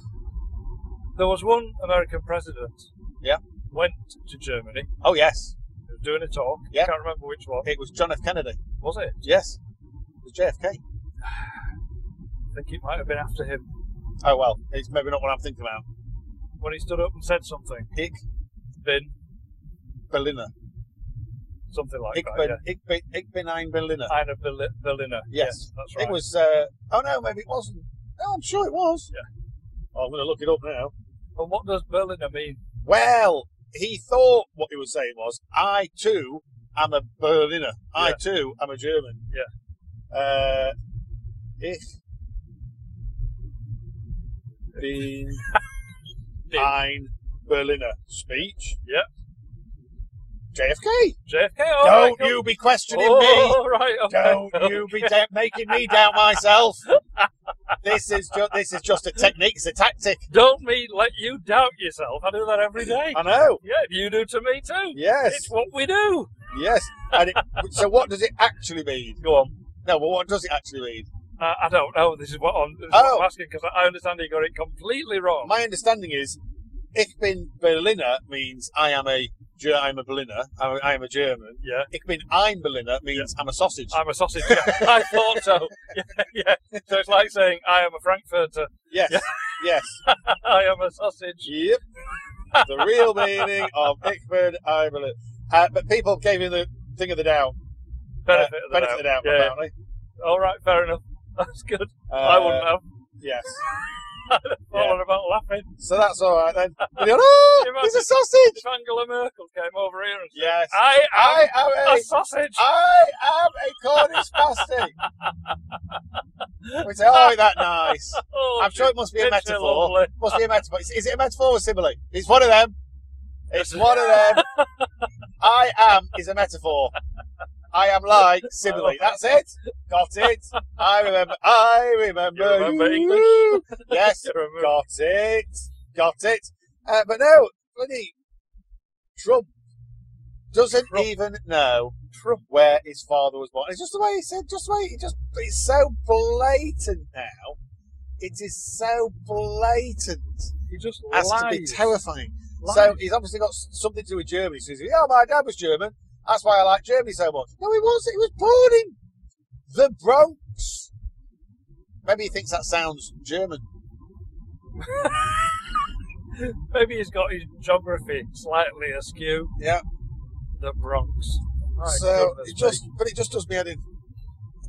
Speaker 2: There was one American president.
Speaker 3: Yeah.
Speaker 2: Went to Germany.
Speaker 3: oh yes,
Speaker 2: He was doing a talk.
Speaker 3: Yeah.
Speaker 2: Can't remember which one.
Speaker 3: it was John F. Kennedy.
Speaker 2: Was it?
Speaker 3: Yes, it was JFK.
Speaker 2: I think it might have been after him
Speaker 3: Oh well, it's maybe not what I'm thinking about.
Speaker 2: when he stood up and said something.
Speaker 3: Dick
Speaker 2: Bin
Speaker 3: Berliner.
Speaker 2: something like
Speaker 3: Ik
Speaker 2: that.
Speaker 3: ben,
Speaker 2: yeah.
Speaker 3: ik ben, ik ben ein Berliner.
Speaker 2: Ina Berli- Berliner.
Speaker 3: Yes.
Speaker 2: that's right.
Speaker 3: It was. Uh, oh no, maybe it wasn't. No, I'm sure it was.
Speaker 2: Yeah.
Speaker 3: Oh, I'm going to look it up now.
Speaker 2: And what does Berliner mean?
Speaker 3: Well, he thought what he was saying was, "I too am a Berliner. I
Speaker 2: Yeah.
Speaker 3: too am a German."
Speaker 2: Yeah.
Speaker 3: Uh, if been
Speaker 2: Bin.
Speaker 3: ein Berliner speech.
Speaker 2: Yeah.
Speaker 3: JFK.
Speaker 2: JFK. all
Speaker 3: Don't
Speaker 2: right,
Speaker 3: you
Speaker 2: go-
Speaker 3: be questioning me.
Speaker 2: Oh, right, okay.
Speaker 3: Don't you be da- making me doubt myself. This is ju- this is just a technique. It's a tactic.
Speaker 2: Don't me let you doubt yourself. I do that every day.
Speaker 3: I know.
Speaker 2: Yeah, you do to me too. It's
Speaker 3: Yes,
Speaker 2: what we do.
Speaker 3: yes. And it, so, what does it actually mean?
Speaker 2: Go on.
Speaker 3: No, but what does it actually mean?
Speaker 2: Uh, I don't know. This is what I'm, this is
Speaker 3: Oh.
Speaker 2: what I'm asking because I understand he got it completely wrong.
Speaker 3: My understanding is, "Ich bin Berliner" means I am a Ger- I'm a Berliner. I'm a, I am a German.
Speaker 2: yeah.
Speaker 3: "Ich bin ein Berliner" means I'm a sausage.
Speaker 2: I'm a sausage. Yeah, I thought so. Yeah, yeah. So it's like saying I am a frankfurter.
Speaker 3: yes, yes.
Speaker 2: I am a sausage.
Speaker 3: Yep. the real meaning of Ickford Ireland. Uh, but people gave him the thing of the doubt.
Speaker 2: Benefit
Speaker 3: uh,
Speaker 2: of the
Speaker 3: benefit
Speaker 2: doubt.
Speaker 3: of the
Speaker 2: Yeah,
Speaker 3: doubt,
Speaker 2: yeah.
Speaker 3: apparently.
Speaker 2: All right, fair enough. That's good.
Speaker 3: Uh,
Speaker 2: I wouldn't have.
Speaker 3: Yes.
Speaker 2: All about laughing.
Speaker 3: So that's all right then. And you're, "Oh,
Speaker 2: Imagine-
Speaker 3: there's a sausage.
Speaker 2: If Angela Merkel came over here and said,
Speaker 3: Yes.
Speaker 2: I am
Speaker 3: I am a,
Speaker 2: a sausage.
Speaker 3: I am a Cornish pasty. We say, oh, ain't that nice?
Speaker 2: Oh,
Speaker 3: I'm sure it must be a
Speaker 2: it's
Speaker 3: metaphor.
Speaker 2: lovely.
Speaker 3: Must be a metaphor. Is, is it a metaphor or simile? It's one of them. It's one of them. I am is a metaphor. I am like simile. That's it. Got it. I remember. I remember.
Speaker 2: You remember
Speaker 3: you. Yes.
Speaker 2: You remember-
Speaker 3: Got it. Got it. Uh, but no, bloody Trump doesn't
Speaker 2: Trump.
Speaker 3: even know where his father was born. It's just the way he said, just the way he just, it's so blatant now. It is so blatant
Speaker 2: He just
Speaker 3: as
Speaker 2: lies.
Speaker 3: to be terrifying.
Speaker 2: Lies.
Speaker 3: So he's obviously got s- something to do with Germany. So he's like, oh, my dad was German. That's why I like Germany so much. No, he was. He was born in the Bronx. Maybe he thinks that sounds German.
Speaker 2: Maybe he's got his geography slightly askew.
Speaker 3: Yeah.
Speaker 2: The Bronx. My
Speaker 3: so
Speaker 2: goodness
Speaker 3: it just,
Speaker 2: me.
Speaker 3: but it just does me head in.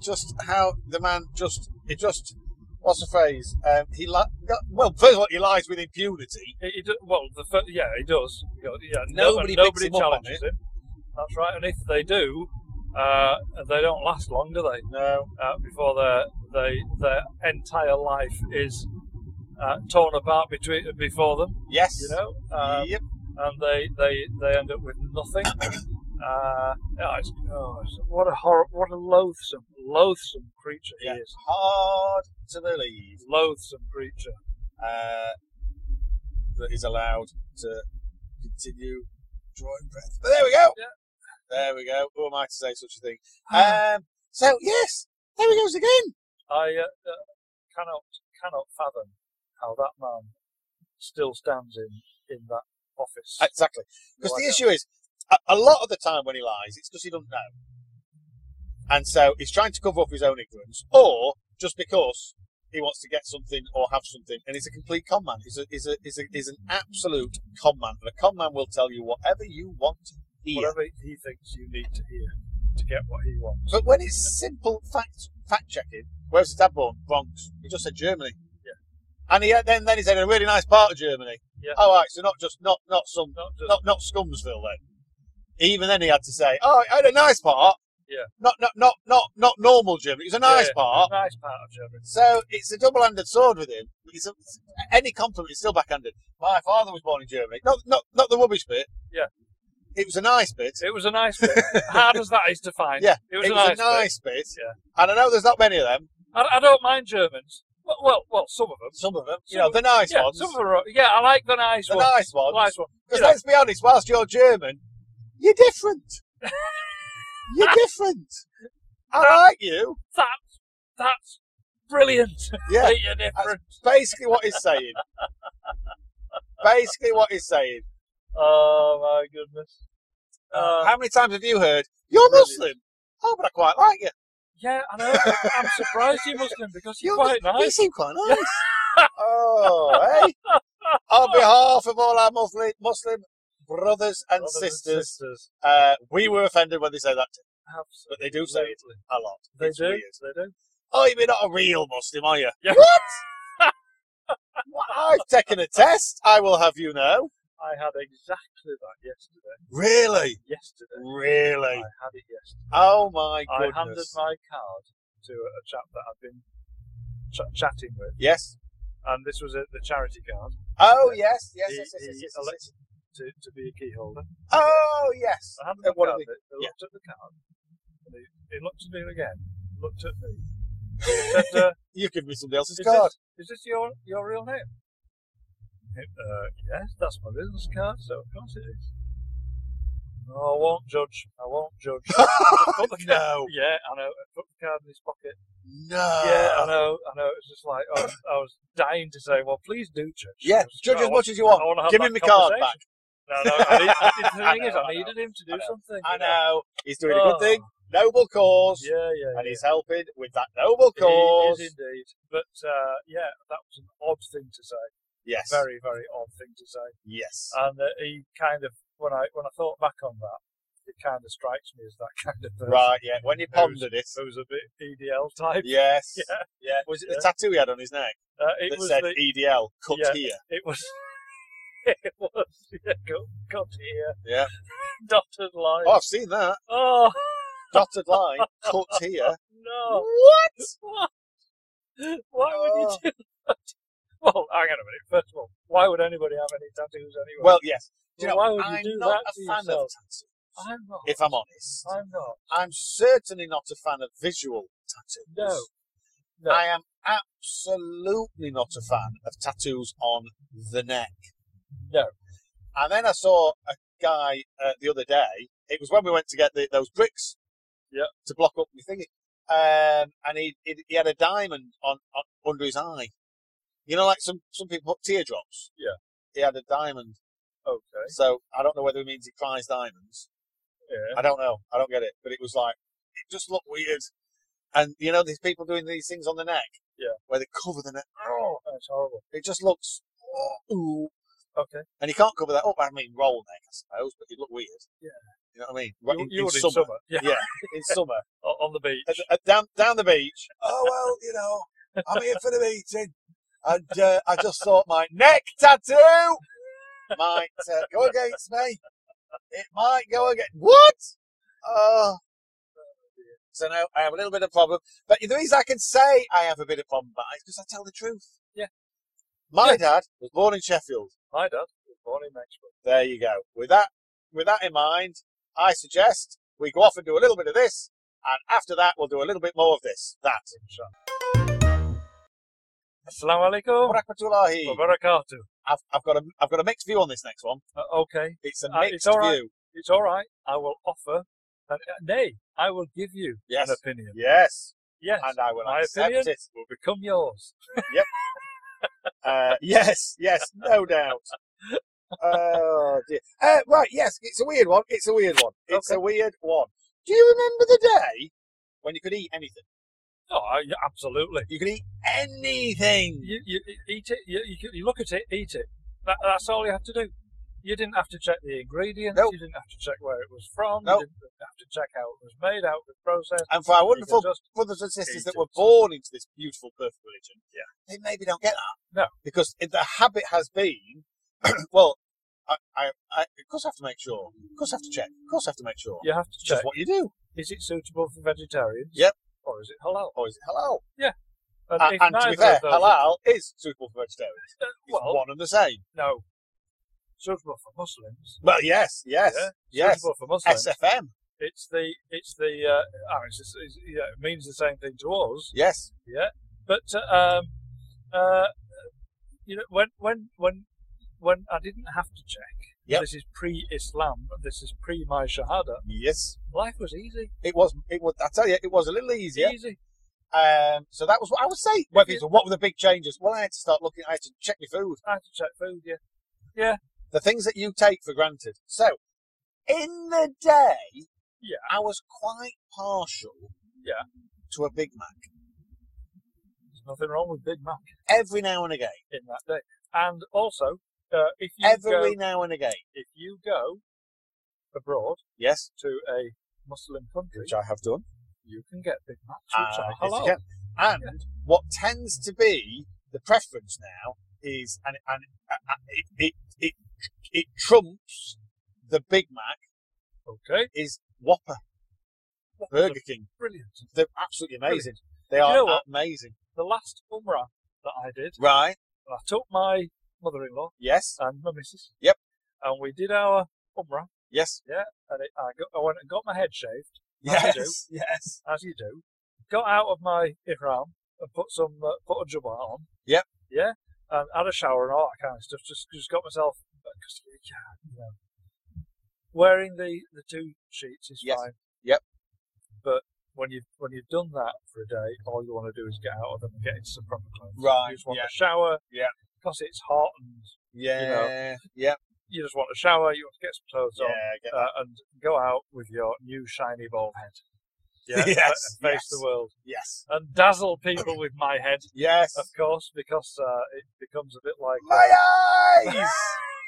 Speaker 3: Just how the man just, it just, what's the phrase? Um, he li- well, first of all, he lies with impunity.
Speaker 2: He, he do, well, the fir- yeah, he does. He got- Yeah,
Speaker 3: Nobody
Speaker 2: nobody, nobody
Speaker 3: picks him up on
Speaker 2: challenges him. That's right. And if they do, uh, they don't last long, do they?
Speaker 3: No.
Speaker 2: uh, before their they, their entire life is uh, torn apart between before them,
Speaker 3: Yes.
Speaker 2: you know, um,
Speaker 3: yep.
Speaker 2: and they, they, they end up with nothing. Uh, oh, it's, oh, it's- what a hor- what a loathsome loathsome creature
Speaker 3: Yeah.
Speaker 2: he is.
Speaker 3: Hard to believe.
Speaker 2: Loathsome creature.
Speaker 3: uh, that is allowed to continue drawing breath. But there we go.
Speaker 2: Yeah.
Speaker 3: There we go. Who am I to say such a thing?
Speaker 2: Ah.
Speaker 3: Um, so yes, there he goes again.
Speaker 2: I uh, uh, cannot cannot fathom how that man still stands in in that office.
Speaker 3: Exactly. Because
Speaker 2: Why
Speaker 3: the
Speaker 2: not?
Speaker 3: issue is, a, a lot of the time when he lies, it's because he doesn't know, and so he's trying to cover up his own ignorance, or just because he wants to get something or have something, and he's a complete con man. He's a he's a he's, a, he's an absolute con man, and a con man will tell you whatever you want to hear.
Speaker 2: Whatever he thinks you need to hear to get what he wants.
Speaker 3: But when it's simple facts, fact checking. Where's his dad born? Bronx. He just said Germany. Yeah. And he uh, then then he said a really nice part of Germany.
Speaker 2: Yeah.
Speaker 3: All right, so not just not not some
Speaker 2: Not just
Speaker 3: not not Scumsville then. Even then he had to say, Oh, I had a nice part.
Speaker 2: Yeah.
Speaker 3: Not not not not not normal Germany. It was a nice
Speaker 2: Yeah.
Speaker 3: part.
Speaker 2: a nice part of Germany.
Speaker 3: So it's a double-handed sword with him. It's a, any compliment is still backhanded. My father was born in Germany. Not, not, not the rubbish bit.
Speaker 2: Yeah.
Speaker 3: It was a nice bit.
Speaker 2: It was a nice bit. Hard as that is to find.
Speaker 3: Yeah,
Speaker 2: It was a nice, bit.
Speaker 3: bit.
Speaker 2: Yeah.
Speaker 3: And I know there's not many of them.
Speaker 2: I, I don't mind Germans. Well, well, well some of them.
Speaker 3: Some of them. You
Speaker 2: Some
Speaker 3: know, the nice
Speaker 2: yeah,
Speaker 3: ones.
Speaker 2: some of them are, yeah, I like the nice
Speaker 3: the
Speaker 2: one.
Speaker 3: nice ones.
Speaker 2: Nice one.
Speaker 3: Because
Speaker 2: you know.
Speaker 3: let's be honest, whilst you're German, you're different. you're different. I like you.
Speaker 2: That's, that's brilliant.
Speaker 3: Yeah.
Speaker 2: You're different.
Speaker 3: Basically what he's saying. Basically what he's saying.
Speaker 2: Oh, my goodness. Uh,
Speaker 3: How many times have you heard, you're Muslim? Oh, but I quite like you.
Speaker 2: yeah, I know. I'm surprised you're Muslim because you're, quite
Speaker 3: You're You
Speaker 2: nice.
Speaker 3: seem quite nice. oh, hey. On behalf of all our Muslim, Muslim brothers and
Speaker 2: Brothers and
Speaker 3: sisters, Uh, we were offended when they said that
Speaker 2: Absolutely.
Speaker 3: But they do say it. a lot.
Speaker 2: They
Speaker 3: It's
Speaker 2: do.
Speaker 3: weird.
Speaker 2: They do.
Speaker 3: Oh, you're not a real Muslim, are you?
Speaker 2: Yeah.
Speaker 3: What? What? I've taken a test. I will have you know.
Speaker 2: I had exactly that yesterday.
Speaker 3: Really?
Speaker 2: Yesterday. I
Speaker 3: Really?
Speaker 2: had it yesterday.
Speaker 3: Oh my
Speaker 2: I handed
Speaker 3: goodness.
Speaker 2: my card to a chap that I've been ch- chatting with,
Speaker 3: Yes.
Speaker 2: and this was a, the charity card
Speaker 3: Oh yes. Yes.
Speaker 2: He-
Speaker 3: Yes. Yes.
Speaker 2: he
Speaker 3: Yes. yes, yes, yes.
Speaker 2: elected to, to be a key holder.
Speaker 3: Oh yes.
Speaker 2: I handed him
Speaker 3: Uh,
Speaker 2: the
Speaker 3: what
Speaker 2: card.
Speaker 3: are
Speaker 2: He
Speaker 3: they-
Speaker 2: he
Speaker 3: yeah.
Speaker 2: looked at the card, and he, he looked at me again, looked at me, and said, uh,
Speaker 3: You give me somebody else's
Speaker 2: is,
Speaker 3: card.
Speaker 2: this, is this your, your real name? Uh, yes, that's my business card, so of course it is. No, I won't judge. I won't judge. Put the card-
Speaker 3: Oh, no. Uh,
Speaker 2: Yeah, I know. Put the card in his pocket.
Speaker 3: No.
Speaker 2: Yeah, I know, I know. It's just like I was, I was dying to say, well, please do judge. I
Speaker 3: Yeah.
Speaker 2: was-
Speaker 3: Judge
Speaker 2: I
Speaker 3: as
Speaker 2: want-
Speaker 3: much as you
Speaker 2: I
Speaker 3: want.
Speaker 2: want to have
Speaker 3: Give
Speaker 2: that
Speaker 3: him my card back.
Speaker 2: conversation. No, no. I need, I need- the
Speaker 3: I
Speaker 2: thing is, I
Speaker 3: know, I know.
Speaker 2: needed him to do
Speaker 3: I know.
Speaker 2: something.
Speaker 3: I
Speaker 2: you know.
Speaker 3: know. He's doing a
Speaker 2: Oh.
Speaker 3: good thing. Noble cause.
Speaker 2: Yeah, yeah.
Speaker 3: And
Speaker 2: yeah.
Speaker 3: he's helping with that noble
Speaker 2: He is
Speaker 3: cause.
Speaker 2: indeed. But uh, yeah, that was an odd thing to say.
Speaker 3: Yes.
Speaker 2: Very, very odd thing to say.
Speaker 3: Yes.
Speaker 2: And uh, he kind of, when I when I thought back on that, it kind of strikes me as that kind of person.
Speaker 3: right, yeah. When you pondered it.
Speaker 2: It was a bit EDL type.
Speaker 3: Yes.
Speaker 2: Yeah.
Speaker 3: Yeah. Was it
Speaker 2: Yeah.
Speaker 3: the tattoo he had on his neck
Speaker 2: Uh, it
Speaker 3: that
Speaker 2: was
Speaker 3: said
Speaker 2: the,
Speaker 3: EDL cut
Speaker 2: Yeah.
Speaker 3: here?
Speaker 2: It was. It was. Yeah, got, got here.
Speaker 3: Yeah.
Speaker 2: Dotted line.
Speaker 3: Oh, I've seen that.
Speaker 2: Oh,
Speaker 3: Dotted line, cut here.
Speaker 2: no.
Speaker 3: What?
Speaker 2: What? Why
Speaker 3: Oh.
Speaker 2: would you do that? Well, hang on a minute. First of all, why would anybody have any tattoos anyway?
Speaker 3: Well, yes. Do you know,
Speaker 2: why would
Speaker 3: I'm
Speaker 2: you do
Speaker 3: not
Speaker 2: that
Speaker 3: a
Speaker 2: to
Speaker 3: fan
Speaker 2: yourself?
Speaker 3: of tattoos,
Speaker 2: I'm not.
Speaker 3: if I'm honest.
Speaker 2: I'm not.
Speaker 3: I'm certainly not a fan of visual tattoos.
Speaker 2: No. No.
Speaker 3: I am absolutely not a fan of tattoos on the neck.
Speaker 2: No.
Speaker 3: And then I saw a guy uh, the other day. It was when we went to get the, those bricks.
Speaker 2: Yeah.
Speaker 3: To block up my thingy. Um, and he, he he had a diamond on, on under his eye. You know, like some some people put teardrops.
Speaker 2: Yeah.
Speaker 3: He had a diamond.
Speaker 2: Okay.
Speaker 3: So I don't know whether he means he cries diamonds.
Speaker 2: Yeah.
Speaker 3: I don't know. I don't get it. But it was like, it just looked weird. And you know, these people doing these things on the neck.
Speaker 2: Yeah.
Speaker 3: Where they cover the neck.
Speaker 2: Oh, that's horrible.
Speaker 3: It just looks, ooh.
Speaker 2: Okay.
Speaker 3: And you can't cover that up. I mean, roll neck, I suppose, but it look weird.
Speaker 2: Yeah.
Speaker 3: You know what I mean?
Speaker 2: You, you would in summer. Yeah.
Speaker 3: Yeah. In summer.
Speaker 2: O- On the beach.
Speaker 3: At- at- Uh, down, down the beach. Oh, well, you know, I'm here for the meeting. And uh, I just thought my neck tattoo might uh, go against me. It might go against. What? Oh. So now I have a little bit of problem. But the reason I can say I have a bit of problem, but it's because I tell the truth.
Speaker 2: Yeah.
Speaker 3: My dad was born in Sheffield.
Speaker 2: My dad was born in Mexico.
Speaker 3: There you go. With that, with that in mind, I suggest we go off and do a little bit of this, and after that, we'll do a little bit more of this. That.
Speaker 2: Assalamu alaikum.
Speaker 3: Barakatullahi.
Speaker 2: Wa barakatuh.
Speaker 3: I've, I've got a I've got a mixed view on this next one.
Speaker 2: Uh, okay.
Speaker 3: It's a
Speaker 2: Uh, it's
Speaker 3: mixed
Speaker 2: all right.
Speaker 3: view.
Speaker 2: It's all right. I will offer. An, uh, nay, I will give you
Speaker 3: Yes.
Speaker 2: an opinion.
Speaker 3: Yes,
Speaker 2: Yes.
Speaker 3: and I will
Speaker 2: My
Speaker 3: accept
Speaker 2: opinion?
Speaker 3: it.
Speaker 2: will become yours.
Speaker 3: Uh, yes, yes, no doubt. Oh dear. Uh, right, yes, it's a weird one. It's a weird one. It's
Speaker 2: Okay.
Speaker 3: a weird one. Do you remember the day when you could eat anything?
Speaker 2: Oh, I- yeah, absolutely. e,
Speaker 3: You could eat anything.
Speaker 2: You, you eat it. You, you, you look at it, eat it. That, that's all you have to do. You You didn't have to check the ingredients.
Speaker 3: Nope.
Speaker 2: You didn't have to check where it was from.
Speaker 3: Nope.
Speaker 2: You didn't have to check how it was made, how it was processed.
Speaker 3: And for
Speaker 2: You
Speaker 3: our
Speaker 2: can
Speaker 3: wonderful
Speaker 2: just-
Speaker 3: brothers and sisters that
Speaker 2: Agent.
Speaker 3: were born into this beautiful, perfect religion,
Speaker 2: Yeah.
Speaker 3: they maybe don't get that.
Speaker 2: No.
Speaker 3: Because if the habit has been, well, I, I, I, of course I have to make sure. Of course I have to check. Of course I have to make sure.
Speaker 2: you have to
Speaker 3: It's just
Speaker 2: check:
Speaker 3: what you do.
Speaker 2: is it suitable for vegetarians?
Speaker 3: Yep.
Speaker 2: Or is it halal?
Speaker 3: Or is it halal?
Speaker 2: And,
Speaker 3: And,
Speaker 2: if
Speaker 3: and to be
Speaker 2: neither
Speaker 3: fair,
Speaker 2: of those-
Speaker 3: halal is suitable for vegetarians.
Speaker 2: Uh,
Speaker 3: It's
Speaker 2: well,
Speaker 3: one and the same.
Speaker 2: no. Suitable for Muslims.
Speaker 3: Well, yes, yes,
Speaker 2: Yeah,
Speaker 3: yes.
Speaker 2: Suitable for Muslims.
Speaker 3: SFM,
Speaker 2: It's the it's the uh, I mean, it's, it's, it's- yeah, it means the same thing to us,
Speaker 3: yes.
Speaker 2: yeah. But uh, um, uh, you know, when when when when I didn't have to check,
Speaker 3: Yep.
Speaker 2: this is pre-Islam, this is pre my Shahada.
Speaker 3: Yes.
Speaker 2: Life was easy,
Speaker 3: It was, it was, I tell you, it was a little easier.
Speaker 2: easy.
Speaker 3: Um, so that was what I would say. Whether it's what were the big changes? Well, I had to start looking, I had to check my food.
Speaker 2: I had to check food, yeah.
Speaker 3: the things that you take for granted. So, in the day,
Speaker 2: Yeah.
Speaker 3: I was quite partial
Speaker 2: Yeah.
Speaker 3: to a Big Mac
Speaker 2: There's nothing wrong with Big Mac
Speaker 3: every now and again.
Speaker 2: in that day. And also, uh, if you
Speaker 3: Every
Speaker 2: go,
Speaker 3: now and again.
Speaker 2: if you go abroad
Speaker 3: Yes,
Speaker 2: to a Muslim country,
Speaker 3: which I have done.
Speaker 2: you can get Big Macs,
Speaker 3: Uh,
Speaker 2: which are
Speaker 3: yes,
Speaker 2: halal.
Speaker 3: again. And what tends to be the preference now is, and, and uh, uh, it, it, it, it trumps the Big Mac,
Speaker 2: Okay,
Speaker 3: is Whopper, Burger King.
Speaker 2: brilliant.
Speaker 3: They're absolutely amazing. They
Speaker 2: You
Speaker 3: are
Speaker 2: know what?
Speaker 3: amazing.
Speaker 2: the last Umrah that I did,
Speaker 3: Right,
Speaker 2: I took my mother in law
Speaker 3: yes,
Speaker 2: and my missus.
Speaker 3: Yep.
Speaker 2: And we did our Umrah,
Speaker 3: yes,
Speaker 2: and it, I, got, I went and got my head shaved, I do.
Speaker 3: yes, yes.
Speaker 2: as you do, got out of my ihram and put some uh, put a jubba on.
Speaker 3: Yep.
Speaker 2: Yeah. And had a shower and all that kind of stuff. Just just got myself, because, yeah, you know. Wearing the, the two sheets is
Speaker 3: Yes.
Speaker 2: fine.
Speaker 3: Yep.
Speaker 2: But when you've when you've done that for a day, all you want to do is get out of them and get into some proper clothes.
Speaker 3: Right,
Speaker 2: You just want a
Speaker 3: yeah.
Speaker 2: shower.
Speaker 3: Yeah.
Speaker 2: Plus, it's hot and
Speaker 3: Yeah,
Speaker 2: know.
Speaker 3: yeah,
Speaker 2: you just want a shower. You want to get some clothes
Speaker 3: yeah.
Speaker 2: on
Speaker 3: I get that.
Speaker 2: uh, and go out with your new shiny bald head.
Speaker 3: Yes,
Speaker 2: fa- and face
Speaker 3: yes.
Speaker 2: the world
Speaker 3: yes,
Speaker 2: and dazzle people with my head,
Speaker 3: yes.
Speaker 2: of course, because uh, it becomes a bit like uh,
Speaker 3: My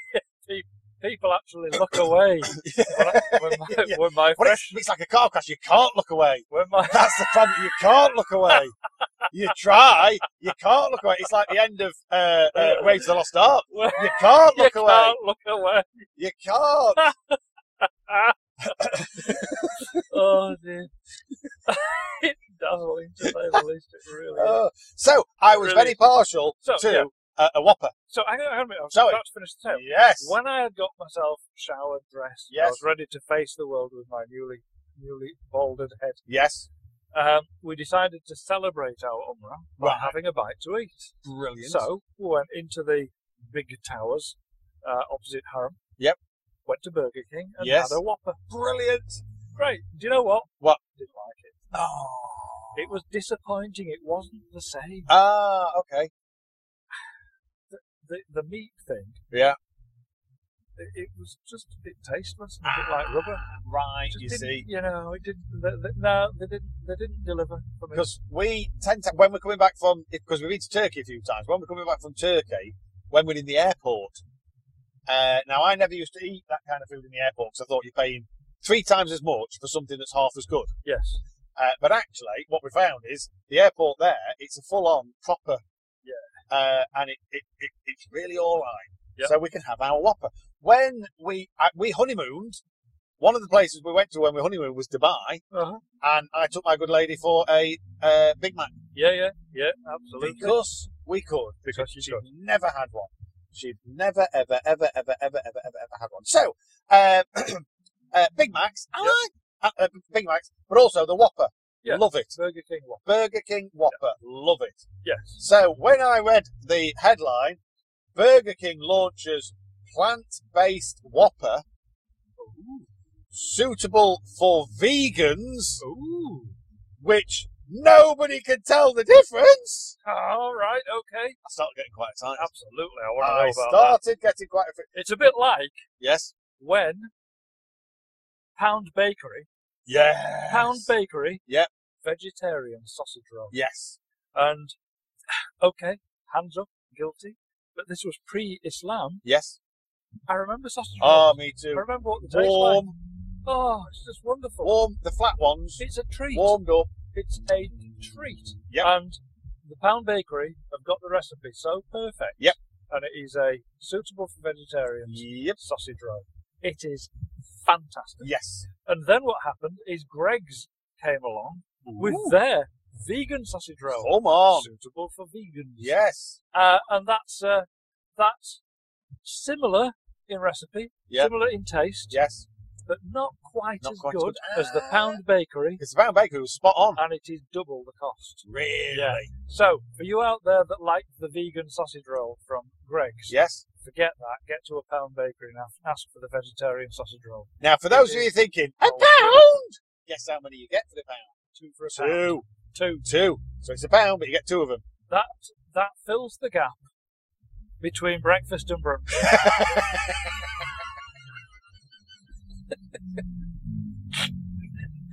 Speaker 3: eyes.
Speaker 2: people actually look away when, I, when my, when my
Speaker 3: But it's,
Speaker 2: fresh
Speaker 3: it's like a car crash. You can't look away.
Speaker 2: when my
Speaker 3: That's the problem. You can't look away. You try. You can't look away. It's like the end of uh, uh, Raiders of the Lost Ark.
Speaker 2: when
Speaker 3: You can't
Speaker 2: you
Speaker 3: look away.
Speaker 2: can't look away.
Speaker 3: You can't.
Speaker 2: Oh dear, it's dazzling to say the least. It really. is.
Speaker 3: Oh. so I was
Speaker 2: Really?
Speaker 3: very partial
Speaker 2: So,
Speaker 3: to
Speaker 2: yeah.
Speaker 3: uh, a Whopper.
Speaker 2: So hang on, hang on a minute. I was
Speaker 3: Sorry.
Speaker 2: about to finish the tale.
Speaker 3: Yes.
Speaker 2: When I had got myself showered, dressed, I
Speaker 3: Yes.
Speaker 2: was ready to face the world with my newly newly balded head.
Speaker 3: Yes.
Speaker 2: Um, we decided to celebrate our Umrah by
Speaker 3: Right.
Speaker 2: having a bite to eat.
Speaker 3: Brilliant.
Speaker 2: So we went into the big towers uh, opposite Haram.
Speaker 3: Yep.
Speaker 2: Went to Burger King and
Speaker 3: Yes.
Speaker 2: had a Whopper.
Speaker 3: brilliant.
Speaker 2: Great. Do you know what?
Speaker 3: What?
Speaker 2: Didn't like it.
Speaker 3: Oh.
Speaker 2: It was disappointing. It wasn't the same.
Speaker 3: Ah. Okay.
Speaker 2: The, the meat thing,
Speaker 3: Yeah.
Speaker 2: it, it was just a bit tasteless, and a bit like rubber.
Speaker 3: Right.
Speaker 2: Just
Speaker 3: Ah, You
Speaker 2: didn't-
Speaker 3: see.
Speaker 2: you know, it didn't. They, they, no, they didn't. They didn't deliver for me.
Speaker 3: because we tend to when we're coming back from because we've been to Turkey a few times. When we're coming back from Turkey, when we're in the airport, uh, now I never used to eat that kind of food in the airport because I thought you're paying three times as much for something that's half as good.
Speaker 2: Yes.
Speaker 3: Uh, but actually, what we found is the airport there it's a full-on proper, yeah, uh, and it, it, it it's really all right.
Speaker 2: Yeah.
Speaker 3: So we can have our whopper when we uh, we honeymooned. One of the places we went to when we honeymooned was Dubai,
Speaker 2: Uh-huh.
Speaker 3: and I took my good lady for a uh, Big Mac.
Speaker 2: Yeah, yeah, yeah. Absolutely.
Speaker 3: Because we could.
Speaker 2: Because you
Speaker 3: she'd
Speaker 2: could.
Speaker 3: never had one. She'd never, ever, ever, ever, ever, ever, ever, ever had one. So, uh, uh, Big Macs, I like uh, uh, Big Macs, but also the Whopper.
Speaker 2: Yeah.
Speaker 3: Love it.
Speaker 2: Burger King Whopper.
Speaker 3: Burger King Whopper. Love it.
Speaker 2: Yes.
Speaker 3: So, when I read the headline, Burger King launches plant based Whopper suitable for vegans,
Speaker 2: Ooh.
Speaker 3: which nobody can tell the difference.
Speaker 2: All right. Okay.
Speaker 3: I started getting quite excited.
Speaker 2: Absolutely. I want to know
Speaker 3: I
Speaker 2: about that.
Speaker 3: started getting quite a few.
Speaker 2: It's a bit like
Speaker 3: Yes.
Speaker 2: when Pound Bakery,
Speaker 3: Yeah.
Speaker 2: Pound Bakery,
Speaker 3: Yep.
Speaker 2: vegetarian sausage roll,
Speaker 3: Yes.
Speaker 2: and okay, hands up, guilty. But this was pre-Islam.
Speaker 3: Yes.
Speaker 2: I remember sausage
Speaker 3: Oh,
Speaker 2: rolls.
Speaker 3: me
Speaker 2: I
Speaker 3: too.
Speaker 2: remember what the taste like.
Speaker 3: Warm,
Speaker 2: Oh, it's just wonderful.
Speaker 3: warm, the flat ones,
Speaker 2: It's a treat.
Speaker 3: warmed up.
Speaker 2: It's a treat.
Speaker 3: Yep.
Speaker 2: And the Pound Bakery have got the recipe so perfect.
Speaker 3: Yep.
Speaker 2: And it is a suitable for vegetarians
Speaker 3: Yep.
Speaker 2: sausage roll. It is fantastic.
Speaker 3: Yes.
Speaker 2: And then what happened is Greg's came along with
Speaker 3: Ooh.
Speaker 2: their vegan sausage roll,
Speaker 3: Come on.
Speaker 2: suitable for vegans.
Speaker 3: Yes.
Speaker 2: Uh, and that's uh, that's similar in recipe,
Speaker 3: Yep.
Speaker 2: similar in taste,
Speaker 3: Yes.
Speaker 2: but not quite
Speaker 3: Not
Speaker 2: as
Speaker 3: quite as
Speaker 2: good
Speaker 3: good.
Speaker 2: as the Pound Bakery,
Speaker 3: It's about bakery was spot on.
Speaker 2: and it is double the cost.
Speaker 3: Really?
Speaker 2: Yeah. So, for you out there that like the vegan sausage roll from Greg's,
Speaker 3: Yes.
Speaker 2: forget that. Get to a Pound Bakery and af- ask for the vegetarian sausage roll.
Speaker 3: Now, for those of you thinking, a pound? Guess how many you get for the pound?
Speaker 2: Two for a pound.
Speaker 3: Two.
Speaker 2: Two.
Speaker 3: Two. So it's a pound, but you get two of them.
Speaker 2: That that fills the gap between breakfast and brunch.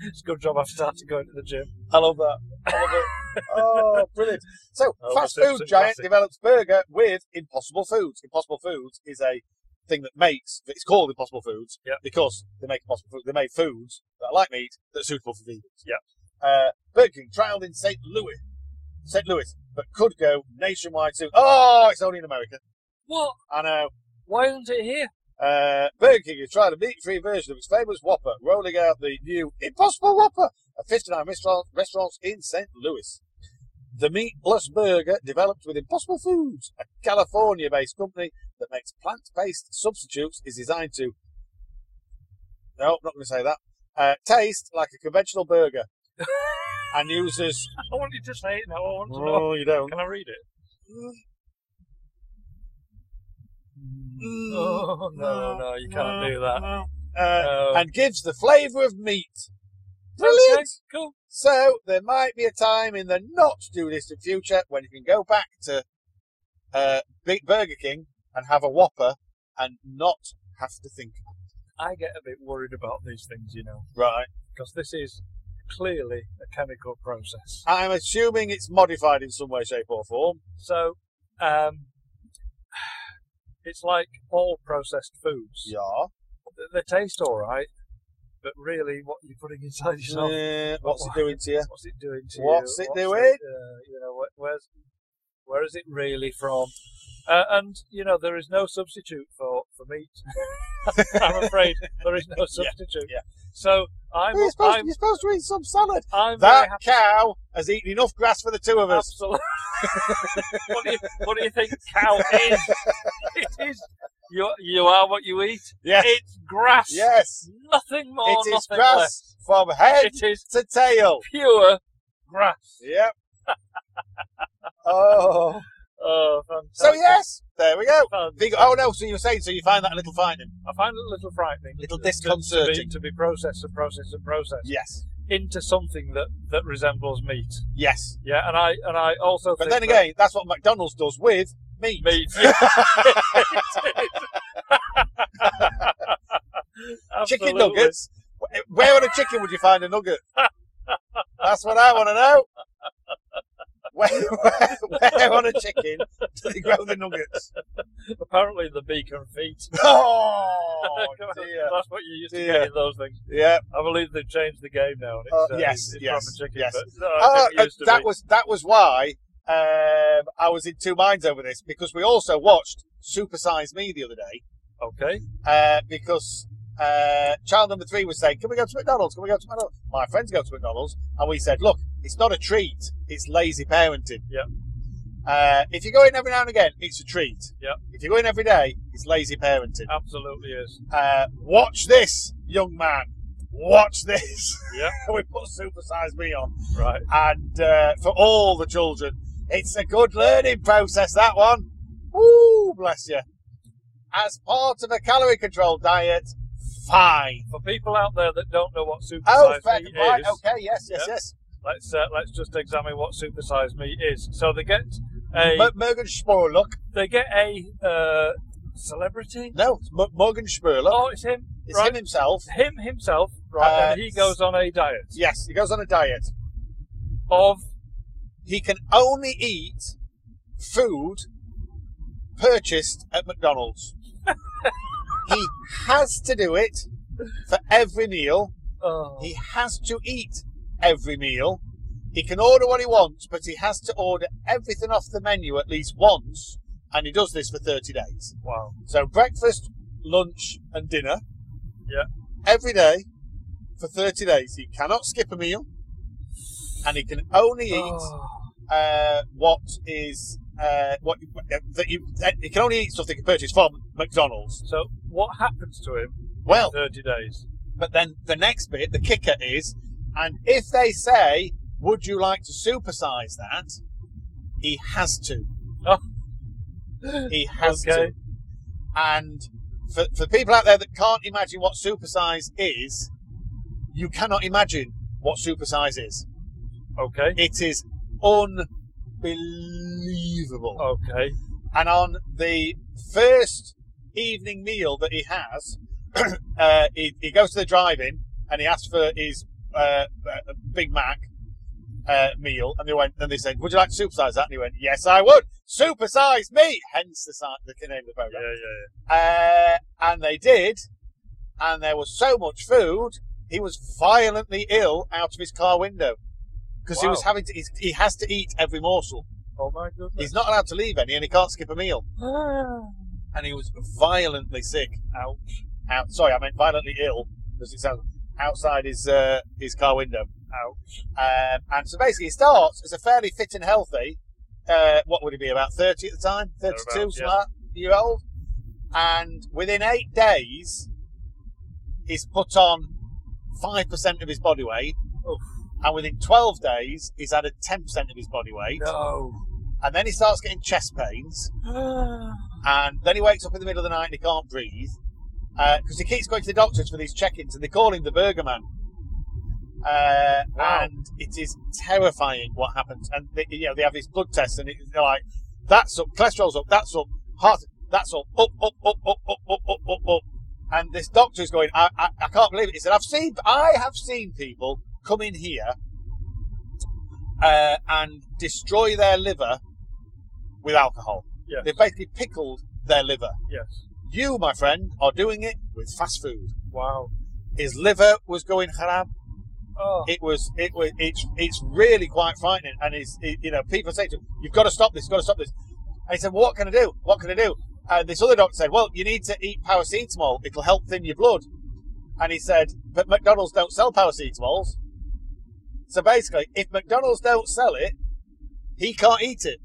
Speaker 2: it's a good job I've started going to the gym.
Speaker 3: I love that. I love it. oh, brilliant. So,
Speaker 2: Oh,
Speaker 3: fast
Speaker 2: the
Speaker 3: food
Speaker 2: Simpson
Speaker 3: giant
Speaker 2: classic.
Speaker 3: develops burger with Impossible Foods. Impossible Foods is a thing that makes, it's called Impossible Foods
Speaker 2: Yep.
Speaker 3: because they make impossible food, they make foods that are like meat that are suitable for vegans.
Speaker 2: Yep.
Speaker 3: Uh, burger King trialed in St. Louis. St. Louis, but could go nationwide soon. Oh, it's only in America. uh,
Speaker 2: What?
Speaker 3: I know.
Speaker 2: Why isn't it here?
Speaker 3: Uh, Burger King has tried a meat-free version of its famous Whopper, rolling out the new Impossible Whopper at 59 restaurant, restaurants in St. Louis. The meatless burger, developed with Impossible Foods, a California-based company that makes plant-based substitutes, is designed to no, not going to say that. Uh, taste like a conventional burger, and uses
Speaker 2: I want you to say it now. I want to know.
Speaker 3: oh, you don't.
Speaker 2: Can I read it?
Speaker 3: Mm.
Speaker 2: Oh, no, no, you can't do that.
Speaker 3: Uh,
Speaker 2: No.
Speaker 3: and gives the flavour of meat. Brilliant.
Speaker 2: Okay, cool.
Speaker 3: So there might be a time in the not too distant future when you can go back to uh, Big Burger King and have a Whopper and not have to think.
Speaker 2: I get a bit worried about these things, you know,
Speaker 3: Right.
Speaker 2: because this is clearly a chemical process.
Speaker 3: I'm assuming it's modified in some way, shape, or form.
Speaker 2: So, um, it's like all processed foods.
Speaker 3: Yeah.
Speaker 2: Th- They taste all right, but really, what you're putting inside yourself,
Speaker 3: Uh, what's it doing to you?
Speaker 2: what's it doing to
Speaker 3: What's
Speaker 2: you?
Speaker 3: it doing?
Speaker 2: uh, you know, wh- where's where is it really from? Uh, and you know, there is no substitute for for meat. I'm afraid there is no substitute.
Speaker 3: yeah.
Speaker 2: So I'm
Speaker 3: You're supposed,
Speaker 2: I'm,
Speaker 3: you're supposed to eat some salad.
Speaker 2: I'm very
Speaker 3: That
Speaker 2: happy.
Speaker 3: cow has eaten enough grass for the two of us.
Speaker 2: Absolutely. what, do you, what do you think cow is? It is. You, you are what you eat.
Speaker 3: Yes.
Speaker 2: It's grass.
Speaker 3: Yes.
Speaker 2: Nothing more,
Speaker 3: It is
Speaker 2: nothing less.
Speaker 3: grass from head
Speaker 2: It is
Speaker 3: to tail.
Speaker 2: pure grass.
Speaker 3: Yep. oh.
Speaker 2: Oh, fantastic.
Speaker 3: So yes, there we go.
Speaker 2: Fantastic.
Speaker 3: Vegan. Oh no, so you're saying so you find that a little frightening,
Speaker 2: I find it a little frightening.
Speaker 3: a little
Speaker 2: to- To, be,
Speaker 3: disconcerting.
Speaker 2: to be processed and processed and processed
Speaker 3: Yes,
Speaker 2: into something that, that resembles meat.
Speaker 3: yes.
Speaker 2: Yeah, and I and I also
Speaker 3: But
Speaker 2: think
Speaker 3: then
Speaker 2: that
Speaker 3: again, that's what McDonald's does with meat.
Speaker 2: meat.
Speaker 3: Chicken
Speaker 2: Absolutely.
Speaker 3: nuggets. Wh- Where on a chicken would you find a nugget? That's what I want to know. Where, where, where on a chicken do they grow the nuggets?
Speaker 2: Apparently, the beacon feet.
Speaker 3: Oh dear.
Speaker 2: That's what you used to
Speaker 3: Dear.
Speaker 2: get in those things.
Speaker 3: Yeah.
Speaker 2: I believe they've changed the game now. And it's,
Speaker 3: Uh,
Speaker 2: uh,
Speaker 3: yes,
Speaker 2: it's
Speaker 3: yes,
Speaker 2: proper chicken,
Speaker 3: yes.
Speaker 2: But, no,
Speaker 3: Oh,
Speaker 2: I think it used to
Speaker 3: that
Speaker 2: be.
Speaker 3: was that was why um, I was in two minds over this because we also watched Super Size Me the other day.
Speaker 2: okay.
Speaker 3: uh, because uh, child number three was saying, "Can we go to McDonald's? Can we go to McDonald's?" My friends go to McDonald's, and we said, "Look, it's not a treat; it's lazy parenting."
Speaker 2: Yep.
Speaker 3: Uh, if you go in every now and again, it's a treat.
Speaker 2: Yep.
Speaker 3: If you go in every day, it's lazy parenting.
Speaker 2: Absolutely is.
Speaker 3: Uh, watch this, young man. Watch this.
Speaker 2: Yep.
Speaker 3: we put Super Size Me on,
Speaker 2: Right.
Speaker 3: and uh, for all the children, it's a good learning process. That one. Ooh, bless you. As part of a calorie control diet, fine.
Speaker 2: For people out there that don't know what Super
Speaker 3: Oh,
Speaker 2: Size
Speaker 3: fair,
Speaker 2: Me
Speaker 3: right,
Speaker 2: is,
Speaker 3: okay, yes, yes,
Speaker 2: Yeah.
Speaker 3: yes.
Speaker 2: let's uh, let's just examine what Super Size Me is. So they get a
Speaker 3: M- Morgan Spurlock.
Speaker 2: they get a uh, celebrity.
Speaker 3: No, it's M- Morgan Spurlock.
Speaker 2: Oh, it's him.
Speaker 3: it's
Speaker 2: right.
Speaker 3: him himself.
Speaker 2: Him himself. Right.
Speaker 3: Uh,
Speaker 2: and he goes on a diet
Speaker 3: Yes, he goes on a diet.
Speaker 2: of
Speaker 3: He can only eat food purchased at McDonald's. he has to do it for every meal.
Speaker 2: Oh,
Speaker 3: He has to eat every meal. He can order what he wants, but he has to order everything off the menu at least once, and he does this for 30 days.
Speaker 2: wow.
Speaker 3: So breakfast, lunch, and dinner.
Speaker 2: Yeah.
Speaker 3: Every day for 30 days. He cannot skip a meal, and he can only eat
Speaker 2: Oh,
Speaker 3: uh, what is uh, what that you that he can only eat stuff they can purchase from McDonald's.
Speaker 2: so what happens to him
Speaker 3: Well,
Speaker 2: 30 days?
Speaker 3: but then the next bit, the kicker is, and if they say, "Would you like to supersize that?" He has to. He has
Speaker 2: Okay.
Speaker 3: to. And for for people out there that can't imagine what supersize is, you cannot imagine what supersize is.
Speaker 2: Okay.
Speaker 3: It is
Speaker 2: Oh,
Speaker 3: unbelievable.
Speaker 2: Okay.
Speaker 3: And on the first evening meal that he has, uh, he, he goes to the drive-in and he asks for his uh, uh, Big Mac uh, meal. And they went and they said, "Would you like to supersize that?" And he went, "Yes, I would. Supersize me." Hence the, si- the name of the program.
Speaker 2: Yeah, yeah, yeah.
Speaker 3: Uh, and they did. And there was so much food, he was violently ill out of his car window because he
Speaker 2: Wow.
Speaker 3: was having to. He's, he has to eat every morsel.
Speaker 2: Oh, my goodness.
Speaker 3: He's not allowed to leave any, and he can't skip a meal.
Speaker 2: Ah.
Speaker 3: And he was violently sick. Out, out. Sorry, I meant violently ill because it sounds outside his uh, his car window. Ouch. Um, and so basically, he starts as a fairly fit and healthy. Uh, what would he be about thirty at the time? Thirty-two,
Speaker 2: Thereabouts,
Speaker 3: something like that, year old. And within eight days, he's put on five percent of his body weight.
Speaker 2: Oof.
Speaker 3: And within 12 days, he's added 10% of his body weight.
Speaker 2: No.
Speaker 3: And then he starts getting chest pains. And then he wakes up in the middle of the night and he can't breathe because he keeps going to the doctors for these check-ins, and they call him the Burger Man. Uh,
Speaker 2: Wow.
Speaker 3: And it is terrifying what happens. And they, you know they have these blood tests, and it, they're like, "That's up, cholesterol's up, that's up, heart, that's up, up, up, up, up, up, up, up, up, up." And this doctor is going, I, I, "I can't believe it." He said, "I've seen, I have seen people come in here uh, and destroy their liver with alcohol.
Speaker 2: Yes.
Speaker 3: They've basically pickled their liver."
Speaker 2: Yes.
Speaker 3: You, my friend, are doing it with fast food.
Speaker 2: Wow.
Speaker 3: His liver was going haram.
Speaker 2: Oh,
Speaker 3: It was, it was, it's, it's really quite frightening. And it's, it, you know, people say to him, "You've got to stop this. You've got to stop this." And he said, well, "What can I do? What can I do?" And this other doctor said, "Well, you need to eat paracetamol. It'll help thin your blood." And he said, "But McDonald's don't sell paracetamols." So basically, if McDonald's don't sell it, he can't eat it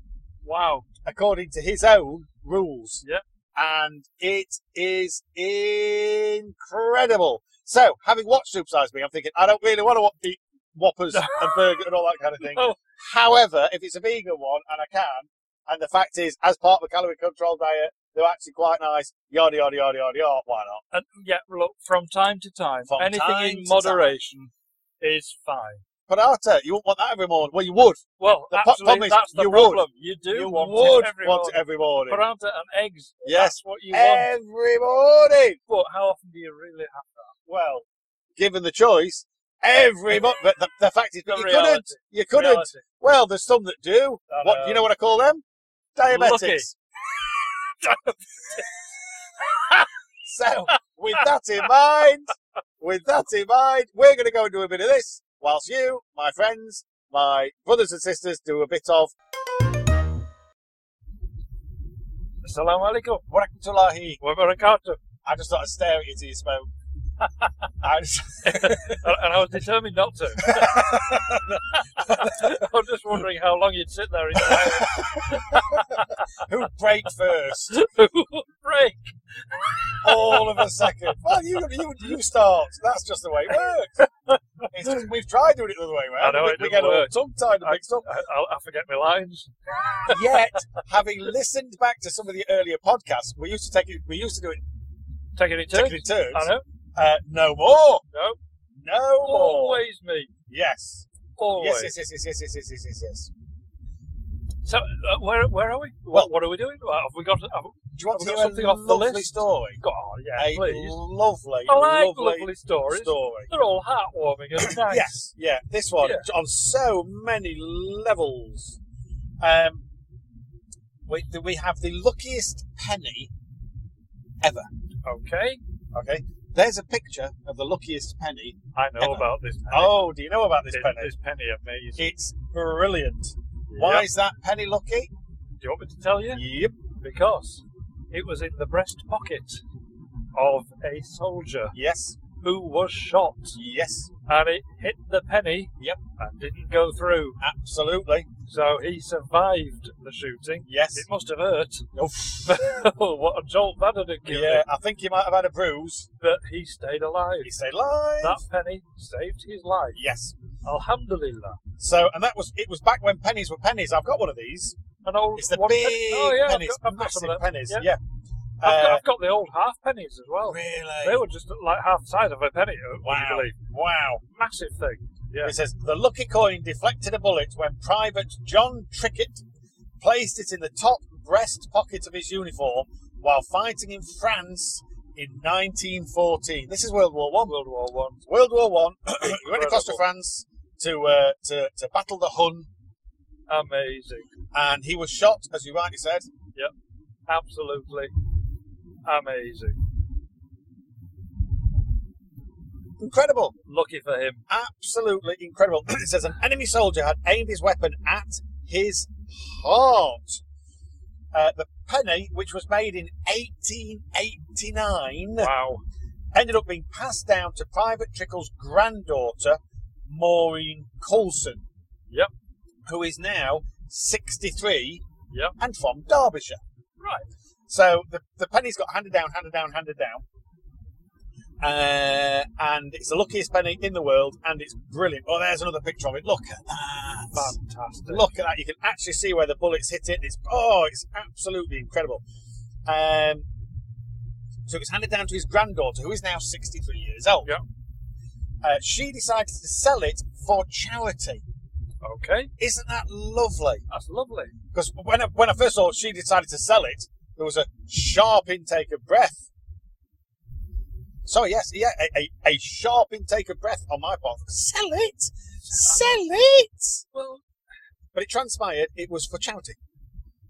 Speaker 2: wow.
Speaker 3: according to his own rules.
Speaker 2: Yep.
Speaker 3: And it is incredible. So, having watched Supersize Me, I'm thinking, I don't really want to wa- eat Whoppers and burger and all that kind of thing.
Speaker 2: No.
Speaker 3: However, if it's a vegan one, and I can, and the fact is, as part of a calorie control diet, they're actually quite nice, yada, yada, yada, yada, yada, why not?
Speaker 2: And yeah, look, from time to time,
Speaker 3: From
Speaker 2: anything
Speaker 3: time
Speaker 2: in
Speaker 3: to
Speaker 2: moderation is fine.
Speaker 3: But Arta, you wouldn't want that every morning. Well, you would.
Speaker 2: Well,
Speaker 3: The pro-
Speaker 2: actually,
Speaker 3: problem is
Speaker 2: that's the
Speaker 3: you would.
Speaker 2: problem. You do
Speaker 3: you
Speaker 2: want
Speaker 3: would
Speaker 2: it every
Speaker 3: want
Speaker 2: morning.
Speaker 3: it every morning.
Speaker 2: Paratha and eggs.
Speaker 3: Yes. Eh.
Speaker 2: That's what you want.
Speaker 3: Every morning.
Speaker 2: But how often do you really have
Speaker 3: well, given the choice, every mo- but the, the fact is,
Speaker 2: The
Speaker 3: but you
Speaker 2: reality.
Speaker 3: couldn't. You couldn't.
Speaker 2: reality?
Speaker 3: Well, there's some that do.
Speaker 2: I
Speaker 3: What
Speaker 2: know.
Speaker 3: you know what I call them? Diabetics.
Speaker 2: Lucky.
Speaker 3: so, with that in mind, with that in mind, we're going to go and do a bit of this, whilst you, my friends, my brothers and sisters, do a bit of
Speaker 2: Assalamu alaikum.
Speaker 3: Warakatullahi.
Speaker 2: Wa barakatuh.
Speaker 3: I just thought I'd stare at you till you spoke. I just,
Speaker 2: and and I was determined not to. I was just wondering how long you'd sit there in silence.
Speaker 3: who break first?
Speaker 2: break.
Speaker 3: All of a second. Well, you, you you start. That's just the way it works. It's just, we've tried doing it the other way around.
Speaker 2: I know,
Speaker 3: we,
Speaker 2: it
Speaker 3: we
Speaker 2: didn't
Speaker 3: get all
Speaker 2: work.
Speaker 3: tongue-tied and
Speaker 2: I,
Speaker 3: mixed up.
Speaker 2: I, I'll- I forget my lines.
Speaker 3: Yet, having listened back to some of the earlier podcasts, we used to take it. We used to do it
Speaker 2: Taking it
Speaker 3: taking
Speaker 2: turns.
Speaker 3: it turns.
Speaker 2: I know.
Speaker 3: Uh, no more.
Speaker 2: No.
Speaker 3: No more.
Speaker 2: Always me.
Speaker 3: Yes.
Speaker 2: Always.
Speaker 3: Yes. Yes. Yes. Yes. Yes. Yes. Yes. Yes. Yes. Yes.
Speaker 2: So, uh, where where are we?
Speaker 3: Well-
Speaker 2: What, what are we doing? Uh, Have we got? Have we
Speaker 3: Do you
Speaker 2: Have
Speaker 3: want
Speaker 2: we
Speaker 3: to hear
Speaker 2: got something
Speaker 3: a
Speaker 2: off the
Speaker 3: lovely
Speaker 2: list?
Speaker 3: story?
Speaker 2: got oh, yeah,
Speaker 3: a
Speaker 2: please.
Speaker 3: lovely,
Speaker 2: I like lovely,
Speaker 3: lovely,
Speaker 2: stories.
Speaker 3: story.
Speaker 2: They're all heartwarming and nice.
Speaker 3: Yes, yeah, this one
Speaker 2: Yeah.
Speaker 3: on so many levels. Um, we, we have the luckiest penny ever.
Speaker 2: Okay,
Speaker 3: Okay. There's a picture of the luckiest penny.
Speaker 2: I know
Speaker 3: Ever.
Speaker 2: about this. Penny.
Speaker 3: Oh, do you know about this
Speaker 2: This-
Speaker 3: penny?
Speaker 2: this penny amazing.
Speaker 3: It's brilliant. Why
Speaker 2: Yep.
Speaker 3: is that penny lucky?
Speaker 2: Do you want me to tell you?
Speaker 3: Yep.
Speaker 2: Because it was in the breast pocket of a soldier
Speaker 3: Yes.
Speaker 2: who was shot,
Speaker 3: Yes.
Speaker 2: and it hit the penny.
Speaker 3: Yep.
Speaker 2: and didn't go through.
Speaker 3: Absolutely.
Speaker 2: So he survived the shooting.
Speaker 3: Yes.
Speaker 2: It must have hurt.
Speaker 3: Oof.
Speaker 2: what a jolt that had given
Speaker 3: yeah,
Speaker 2: him.
Speaker 3: I think he might have had a bruise.
Speaker 2: But he stayed alive.
Speaker 3: He stayed alive.
Speaker 2: That penny saved his life.
Speaker 3: Yes.
Speaker 2: Alhamdulillah.
Speaker 3: So, and that was it. Was back when pennies were pennies. I've got one of these.
Speaker 2: An old
Speaker 3: It's the
Speaker 2: one
Speaker 3: big
Speaker 2: penny. Oh, yeah, I've
Speaker 3: pennies,
Speaker 2: got- I've got some
Speaker 3: massive
Speaker 2: of that.
Speaker 3: pennies.
Speaker 2: Yeah.
Speaker 3: Yeah.
Speaker 2: I've, got,
Speaker 3: Uh,
Speaker 2: I've got the old half pennies as well. They
Speaker 3: really?
Speaker 2: were just like half the size of a penny. would
Speaker 3: Wow.
Speaker 2: You believe?
Speaker 3: Wow.
Speaker 2: Massive thing. Yeah.
Speaker 3: It says the lucky coin deflected a bullet when Private John Trickett placed it in the top breast pocket of his uniform while fighting in France in 1914. This is World War One. World War One. World War One. he went across to
Speaker 2: Incredible.
Speaker 3: France to, uh, to to battle the Hun,
Speaker 2: Amazing.
Speaker 3: and he was shot, as you rightly said.
Speaker 2: Absolutely amazing.
Speaker 3: Incredible.
Speaker 2: Lucky for him.
Speaker 3: Absolutely incredible. it says an enemy soldier had aimed his weapon at his heart. Uh, the penny, which was made in 1889,
Speaker 2: Wow.
Speaker 3: ended up being passed down to Private Trickle's granddaughter, Maureen Coulson.
Speaker 2: Yep.
Speaker 3: Who is now 63
Speaker 2: Yep.
Speaker 3: and from Derbyshire.
Speaker 2: Right.
Speaker 3: So the, the pennies got handed down, handed down, handed down. Uh, and it's the luckiest penny in the world, and it's brilliant. Oh, there's another picture of it. Look at that.
Speaker 2: Fantastic.
Speaker 3: Look at that. You can actually see where the bullets hit it. It's oh, it's absolutely incredible. Um, so it was handed down to his granddaughter, who is now 63 years old.
Speaker 2: Yeah.
Speaker 3: Uh, she decided to sell it for charity.
Speaker 2: Okay.
Speaker 3: Isn't that lovely?
Speaker 2: That's lovely.
Speaker 3: Because when I, when I first saw she decided to sell it, there was a sharp intake of breath. So yes, yeah, a, a, a sharp intake of breath on my part. Sell it, sell it.
Speaker 2: Well,
Speaker 3: But it transpired. It was for charity.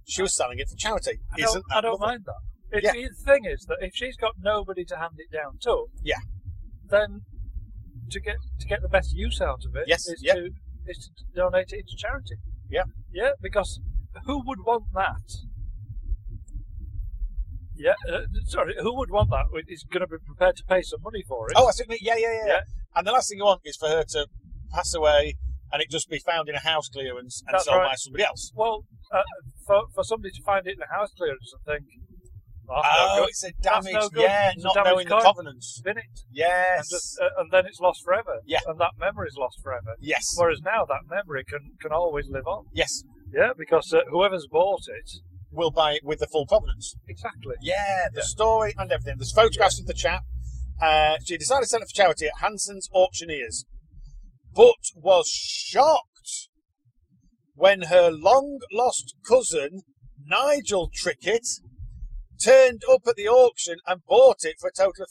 Speaker 3: She was selling it for charity.
Speaker 2: I don't,
Speaker 3: Isn't that
Speaker 2: I don't
Speaker 3: lovely?
Speaker 2: mind that. If,
Speaker 3: Yeah.
Speaker 2: The thing is that if she's got nobody to hand it down to,
Speaker 3: Yeah.
Speaker 2: then to get to get the best use out of it,
Speaker 3: Yes,
Speaker 2: is
Speaker 3: yeah.
Speaker 2: to is to donate it to charity.
Speaker 3: Yeah.
Speaker 2: yeah, because who would want that? Yeah, uh, sorry, who would want that? Is going to be prepared to pay some money for it.
Speaker 3: Oh, I certainly. Yeah, yeah, yeah, yeah.
Speaker 2: Yeah.
Speaker 3: And the last thing you want is for her to pass away and it just be found in a house clearance and
Speaker 2: That's
Speaker 3: sold
Speaker 2: right.
Speaker 3: by somebody else.
Speaker 2: Well, uh, for for somebody to find it in the house clearance and think, "Oh, that's no
Speaker 3: oh,
Speaker 2: good,"
Speaker 3: it's a
Speaker 2: That's
Speaker 3: damage.
Speaker 2: no good.
Speaker 3: yeah,
Speaker 2: It's a
Speaker 3: not
Speaker 2: damaged
Speaker 3: knowing
Speaker 2: coin.
Speaker 3: the covenants.
Speaker 2: spin it, and,
Speaker 3: Yes.
Speaker 2: just, uh, and then it's lost forever.
Speaker 3: Yeah.
Speaker 2: and that memory's lost forever.
Speaker 3: yes.
Speaker 2: Whereas now that memory can, can always live on.
Speaker 3: yes.
Speaker 2: Yeah, because uh, whoever's bought it,
Speaker 3: We'll buy it with the full covenants.
Speaker 2: exactly.
Speaker 3: Yeah, the story and everything. There's photographs of the chap. Uh, she decided to sell it for charity at Hanson's Auctioneers, but was shocked when her long lost cousin, Nigel Trickett, turned up at the auction and bought it for a total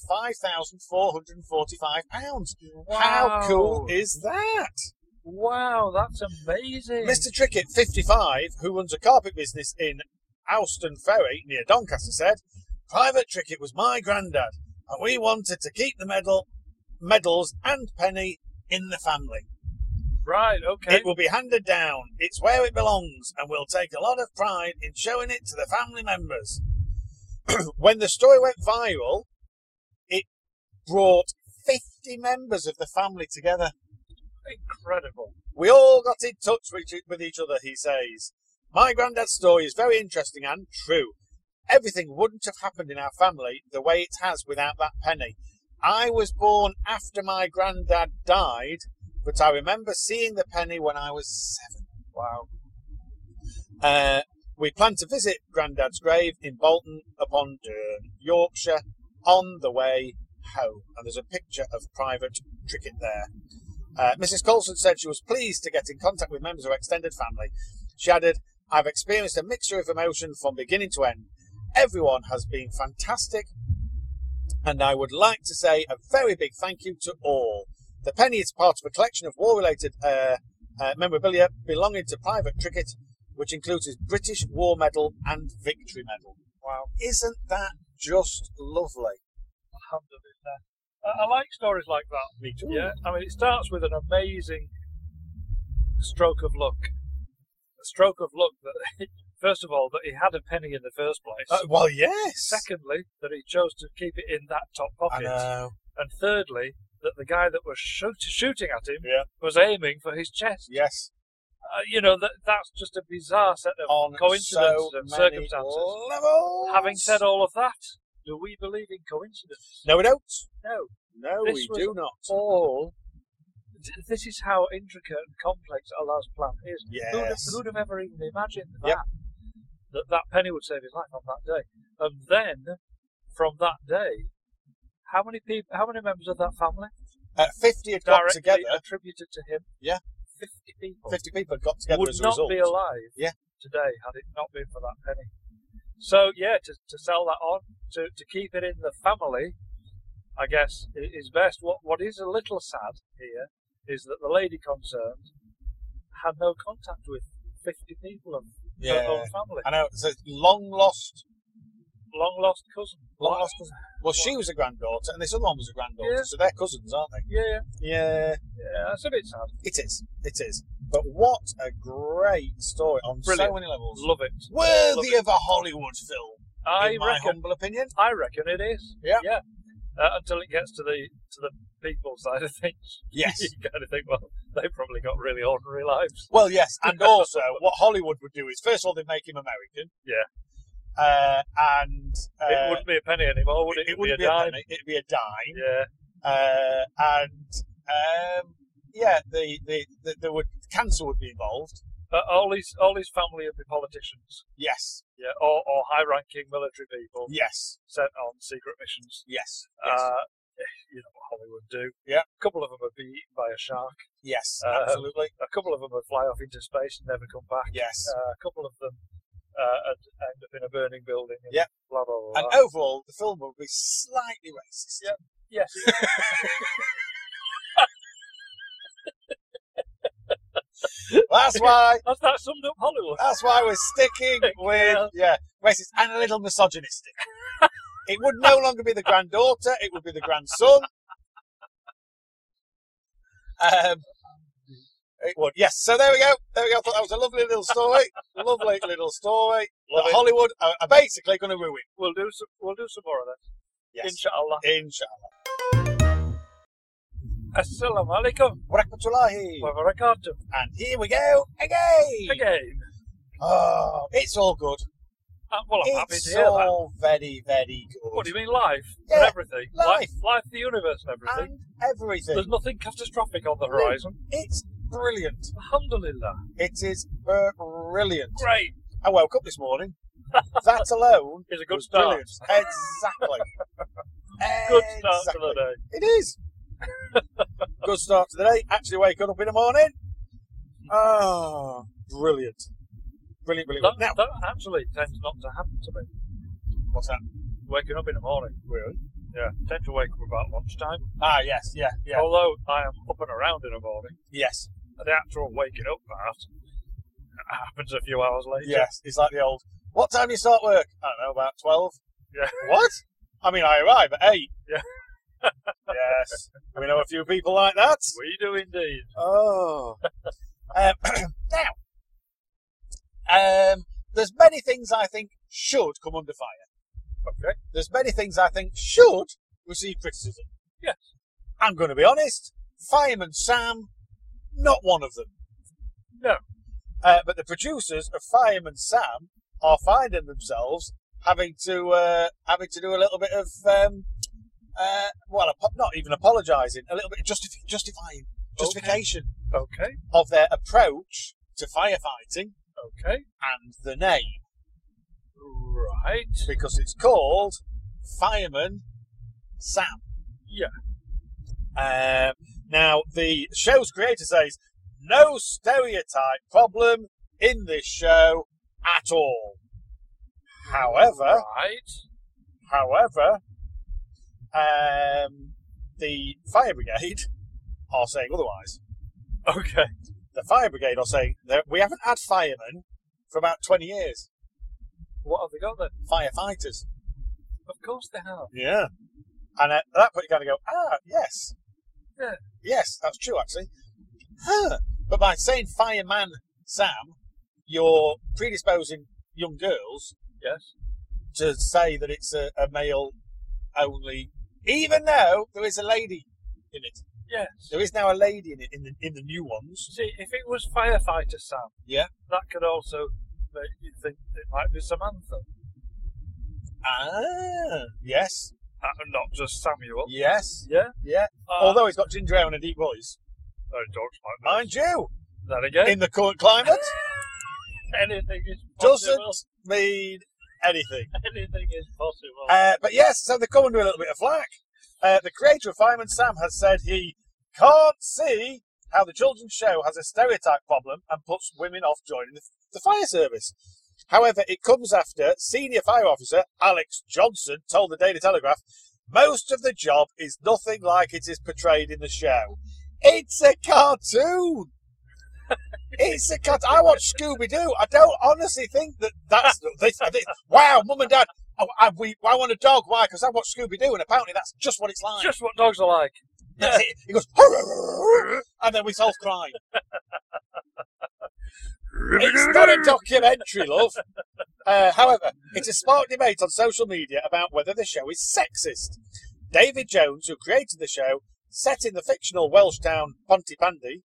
Speaker 3: of £5,445. How cool is that?
Speaker 2: Wow, that's amazing.
Speaker 3: Mr. Trickett, 55, who runs a carpet business in Alston Ferry near Doncaster, said, Private Trickett was my granddad, and we wanted to keep the medal, medals and penny in the family.
Speaker 2: Right, okay.
Speaker 3: It will be handed down. It's where it belongs, and we'll take a lot of pride in showing it to the family members. when the story went viral, it brought 50 members of the family together.
Speaker 2: Incredible.
Speaker 3: We all got in touch with each, with each other, he says. My granddad's story is very interesting and true. Everything wouldn't have happened in our family the way it has without that penny. I was born after my granddad died, but I remember seeing the penny when I was seven. Wow. Uh, we plan to visit granddad's grave in Bolton upon Dern, Yorkshire, on the way home. And there's a picture of Private Trickett there. Uh, Mrs. Colson said she was pleased to get in contact with members of her extended family. She added, I've experienced a mixture of emotion from beginning to end. Everyone has been fantastic, and I would like to say a very big thank you to all. The penny is part of a collection of war related uh, uh, memorabilia belonging to Private Trickett, which includes his British War Medal and Victory Medal. Wow. Isn't that just lovely?
Speaker 2: hand of it there. I, I like stories like that.
Speaker 3: Me too.
Speaker 2: Yeah, I mean, it starts with an amazing stroke of luck. A stroke of luck that, first of all, that he had a penny in the first place.
Speaker 3: Uh, well, yes.
Speaker 2: Secondly, that he chose to keep it in that top
Speaker 3: I
Speaker 2: pocket.
Speaker 3: know.
Speaker 2: And thirdly, that the guy that was shoot- shooting at him
Speaker 3: Yeah.
Speaker 2: was aiming for his chest.
Speaker 3: Yes.
Speaker 2: Uh, you know, that that's just a bizarre set of
Speaker 3: On
Speaker 2: coincidences
Speaker 3: so
Speaker 2: and
Speaker 3: many
Speaker 2: circumstances.
Speaker 3: Levels.
Speaker 2: Having said all of that, do we believe in coincidence?
Speaker 3: no, we don't.
Speaker 2: No.
Speaker 3: No,
Speaker 2: This
Speaker 3: we
Speaker 2: was
Speaker 3: do not.
Speaker 2: All. th- This is how intricate and complex Allah's plan is. Who'd have,
Speaker 3: Yes.
Speaker 2: who'd have ever even imagined that?
Speaker 3: Yep.
Speaker 2: That that penny would save his life on that day. And then, from that day, how many people, how many members of that family
Speaker 3: At 50 Uh, had got
Speaker 2: directly
Speaker 3: together.
Speaker 2: attributed to him?
Speaker 3: Yeah.
Speaker 2: 50 people.
Speaker 3: 50 people had got together
Speaker 2: would
Speaker 3: as a
Speaker 2: not
Speaker 3: result.
Speaker 2: be alive
Speaker 3: Yeah.
Speaker 2: today had it not been for that penny. So yeah, to, to sell that on, to, to keep it in the family, I guess i- is best. What what is a little sad here is that the lady concerned had no contact with fifty people of
Speaker 3: Yeah.
Speaker 2: her own family,
Speaker 3: I know. It's a long lost.
Speaker 2: long lost cousin.
Speaker 3: Long lost cousin. Well, she was a granddaughter, and this other one was a granddaughter,
Speaker 2: Yeah.
Speaker 3: so they're cousins, aren't they?
Speaker 2: Yeah,
Speaker 3: Yeah,
Speaker 2: yeah, that's a bit sad.
Speaker 3: it is. It is. But what a great story on
Speaker 2: Brilliant.
Speaker 3: so many levels.
Speaker 2: Love it. Love
Speaker 3: Worthy
Speaker 2: it.
Speaker 3: of a Hollywood film,
Speaker 2: I
Speaker 3: in my
Speaker 2: reckon.
Speaker 3: humble opinion.
Speaker 2: I reckon it is.
Speaker 3: Yeah.
Speaker 2: Yeah. Uh, until it gets to the to the people side of things.
Speaker 3: Yes.
Speaker 2: you kind of think, well, they probably got really ordinary lives.
Speaker 3: Well, yes, and also what Hollywood would do is first of all they'd make him American.
Speaker 2: Yeah.
Speaker 3: Uh, and uh,
Speaker 2: it wouldn't be a penny anymore, would it?
Speaker 3: it wouldn't
Speaker 2: be a dime.
Speaker 3: penny, it'd be a dime.
Speaker 2: Yeah,
Speaker 3: Uh, and um, yeah, the the, the there would cancer would be involved.
Speaker 2: but all his all his family would be politicians.
Speaker 3: Yes,
Speaker 2: Yeah, or, or high-ranking military people
Speaker 3: yes,
Speaker 2: sent on secret missions.
Speaker 3: yes, yes,
Speaker 2: Uh, you know what Hollywood do.
Speaker 3: Yeah.
Speaker 2: a couple of them would be eaten by a shark.
Speaker 3: yes
Speaker 2: uh,
Speaker 3: absolutely.
Speaker 2: A couple of them would fly off into space and never come back.
Speaker 3: Yes.
Speaker 2: Uh, a couple of them uh, would end up in a burning building. And
Speaker 3: Yeah.
Speaker 2: blah blah blah.
Speaker 3: And overall, the film would be slightly racist.
Speaker 2: uh, Yeah. yes,
Speaker 3: That's why.
Speaker 2: that's that summed up Hollywood.
Speaker 3: That's why we're sticking
Speaker 2: Yeah.
Speaker 3: with yeah, racist and a little misogynistic. it would no longer be the granddaughter; it would be the grandson. Um, it would. Yes. So there we go. There we go. I thought that was a lovely little story. lovely little story.
Speaker 2: Love
Speaker 3: that
Speaker 2: it.
Speaker 3: Hollywood are, are basically going to ruin.
Speaker 2: We'll do some. We'll do some more of that.
Speaker 3: Yes.
Speaker 2: Inshallah.
Speaker 3: Inshallah.
Speaker 2: Assalamu alaikum
Speaker 3: Warahmatullahi.
Speaker 2: wa barakatuh.
Speaker 3: And here we go again.
Speaker 2: Again.
Speaker 3: Oh, it's all good.
Speaker 2: Uh, well, I'm happy to
Speaker 3: it's
Speaker 2: hear that.
Speaker 3: all very, very good.
Speaker 2: What do you mean, life and
Speaker 3: Yeah,
Speaker 2: everything?
Speaker 3: life.
Speaker 2: life, life, the universe and everything.
Speaker 3: And everything.
Speaker 2: There's nothing catastrophic on the horizon.
Speaker 3: It's brilliant.
Speaker 2: Alhamdulillah.
Speaker 3: It is brilliant.
Speaker 2: Great.
Speaker 3: I woke up this morning. That alone
Speaker 2: It's a good
Speaker 3: was
Speaker 2: start.
Speaker 3: Brilliant. Exactly.
Speaker 2: Good start
Speaker 3: exactly.
Speaker 2: to the day.
Speaker 3: It is. good start to the day. Actually waking up in the morning. Oh, brilliant. Brilliant,
Speaker 2: That,
Speaker 3: brilliant. Now,
Speaker 2: that actually tends not to happen to me.
Speaker 3: what's that?
Speaker 2: Waking up in the morning.
Speaker 3: Really?
Speaker 2: Yeah. Tend to wake up about lunchtime.
Speaker 3: Ah, yes, yeah, yeah,
Speaker 2: Although I am up and around in the morning,
Speaker 3: yes,
Speaker 2: the actual waking up part happens a few hours later.
Speaker 3: yes. It's like the old, what time do you start work? I don't know, about 12.
Speaker 2: Yeah.
Speaker 3: What? I mean, I arrive at 8.
Speaker 2: Yeah.
Speaker 3: yes. We know a few people like that.
Speaker 2: We do indeed.
Speaker 3: Oh. um, now, um, there's many things I think should come under fire.
Speaker 2: Okay.
Speaker 3: There's many things I think should receive criticism.
Speaker 2: Yes.
Speaker 3: I'm going to be honest. Fireman Sam, not one of them.
Speaker 2: No.
Speaker 3: Uh, but the producers of Fireman Sam are finding themselves having to uh, having to do a little bit of um, uh, well, apo- not even apologising, a little bit of justif- justifying,
Speaker 2: Okay.
Speaker 3: justification
Speaker 2: Okay.
Speaker 3: of their approach to firefighting
Speaker 2: Okay.
Speaker 3: and the name,
Speaker 2: Right.
Speaker 3: because it's called Fireman Sam.
Speaker 2: Yeah.
Speaker 3: Um, now, the show's creator says, no stereotype problem in this show at all. However,
Speaker 2: Right.
Speaker 3: however, um, the fire brigade are saying otherwise.
Speaker 2: Okay.
Speaker 3: The fire brigade are saying that we haven't had firemen for about 20 years.
Speaker 2: What have they got then?
Speaker 3: firefighters.
Speaker 2: Of course they have.
Speaker 3: Yeah. And at that point, you kind of go, ah, yes.
Speaker 2: Yeah.
Speaker 3: Yes, that's true, actually. Huh. But by saying fireman Sam, you're predisposing young girls
Speaker 2: Yes.
Speaker 3: to say that it's a, a male only, even though there is a lady in it.
Speaker 2: Yes.
Speaker 3: There is now a lady in it in the, in the new ones.
Speaker 2: See, if it was firefighter Sam,
Speaker 3: Yeah.
Speaker 2: that could also make you think it might be Samantha,
Speaker 3: Ah, yes,
Speaker 2: and Uh, not just Samuel.
Speaker 3: yes,
Speaker 2: Yeah.
Speaker 3: yeah.
Speaker 2: Uh,
Speaker 3: Although he's got ginger ale and a deep voice,
Speaker 2: no, dogs like mine.
Speaker 3: mind you,
Speaker 2: Then again,
Speaker 3: in the current climate,
Speaker 2: anything is possible.
Speaker 3: doesn't mean anything.
Speaker 2: Anything is possible.
Speaker 3: Uh, but yes, so they come under a little bit of flack. Uh, the creator of Fireman Sam has said he can't see how the children's show has a stereotype problem and puts women off joining the, the fire service. However, it comes after senior fire officer Alex Johnson told the Daily Telegraph, "Most of the job is nothing like it is portrayed in the show. It's a cartoon. It's a cut. I watch Scooby Doo. I don't honestly think that that's this, this. Wow, mum and dad, Oh, I, we, I want a dog. Why? Because I watched Scooby Doo, and apparently that's just what it's like.
Speaker 2: just what dogs are like.
Speaker 3: That's it. He goes, "Hurr, hurr, hurr, hurr," and then we solve crime. it's not a documentary, love. Uh, however, it has sparked debate on social media about whether the show is sexist. David Jones, who created the show, set in the fictional Welsh town Pontypandy,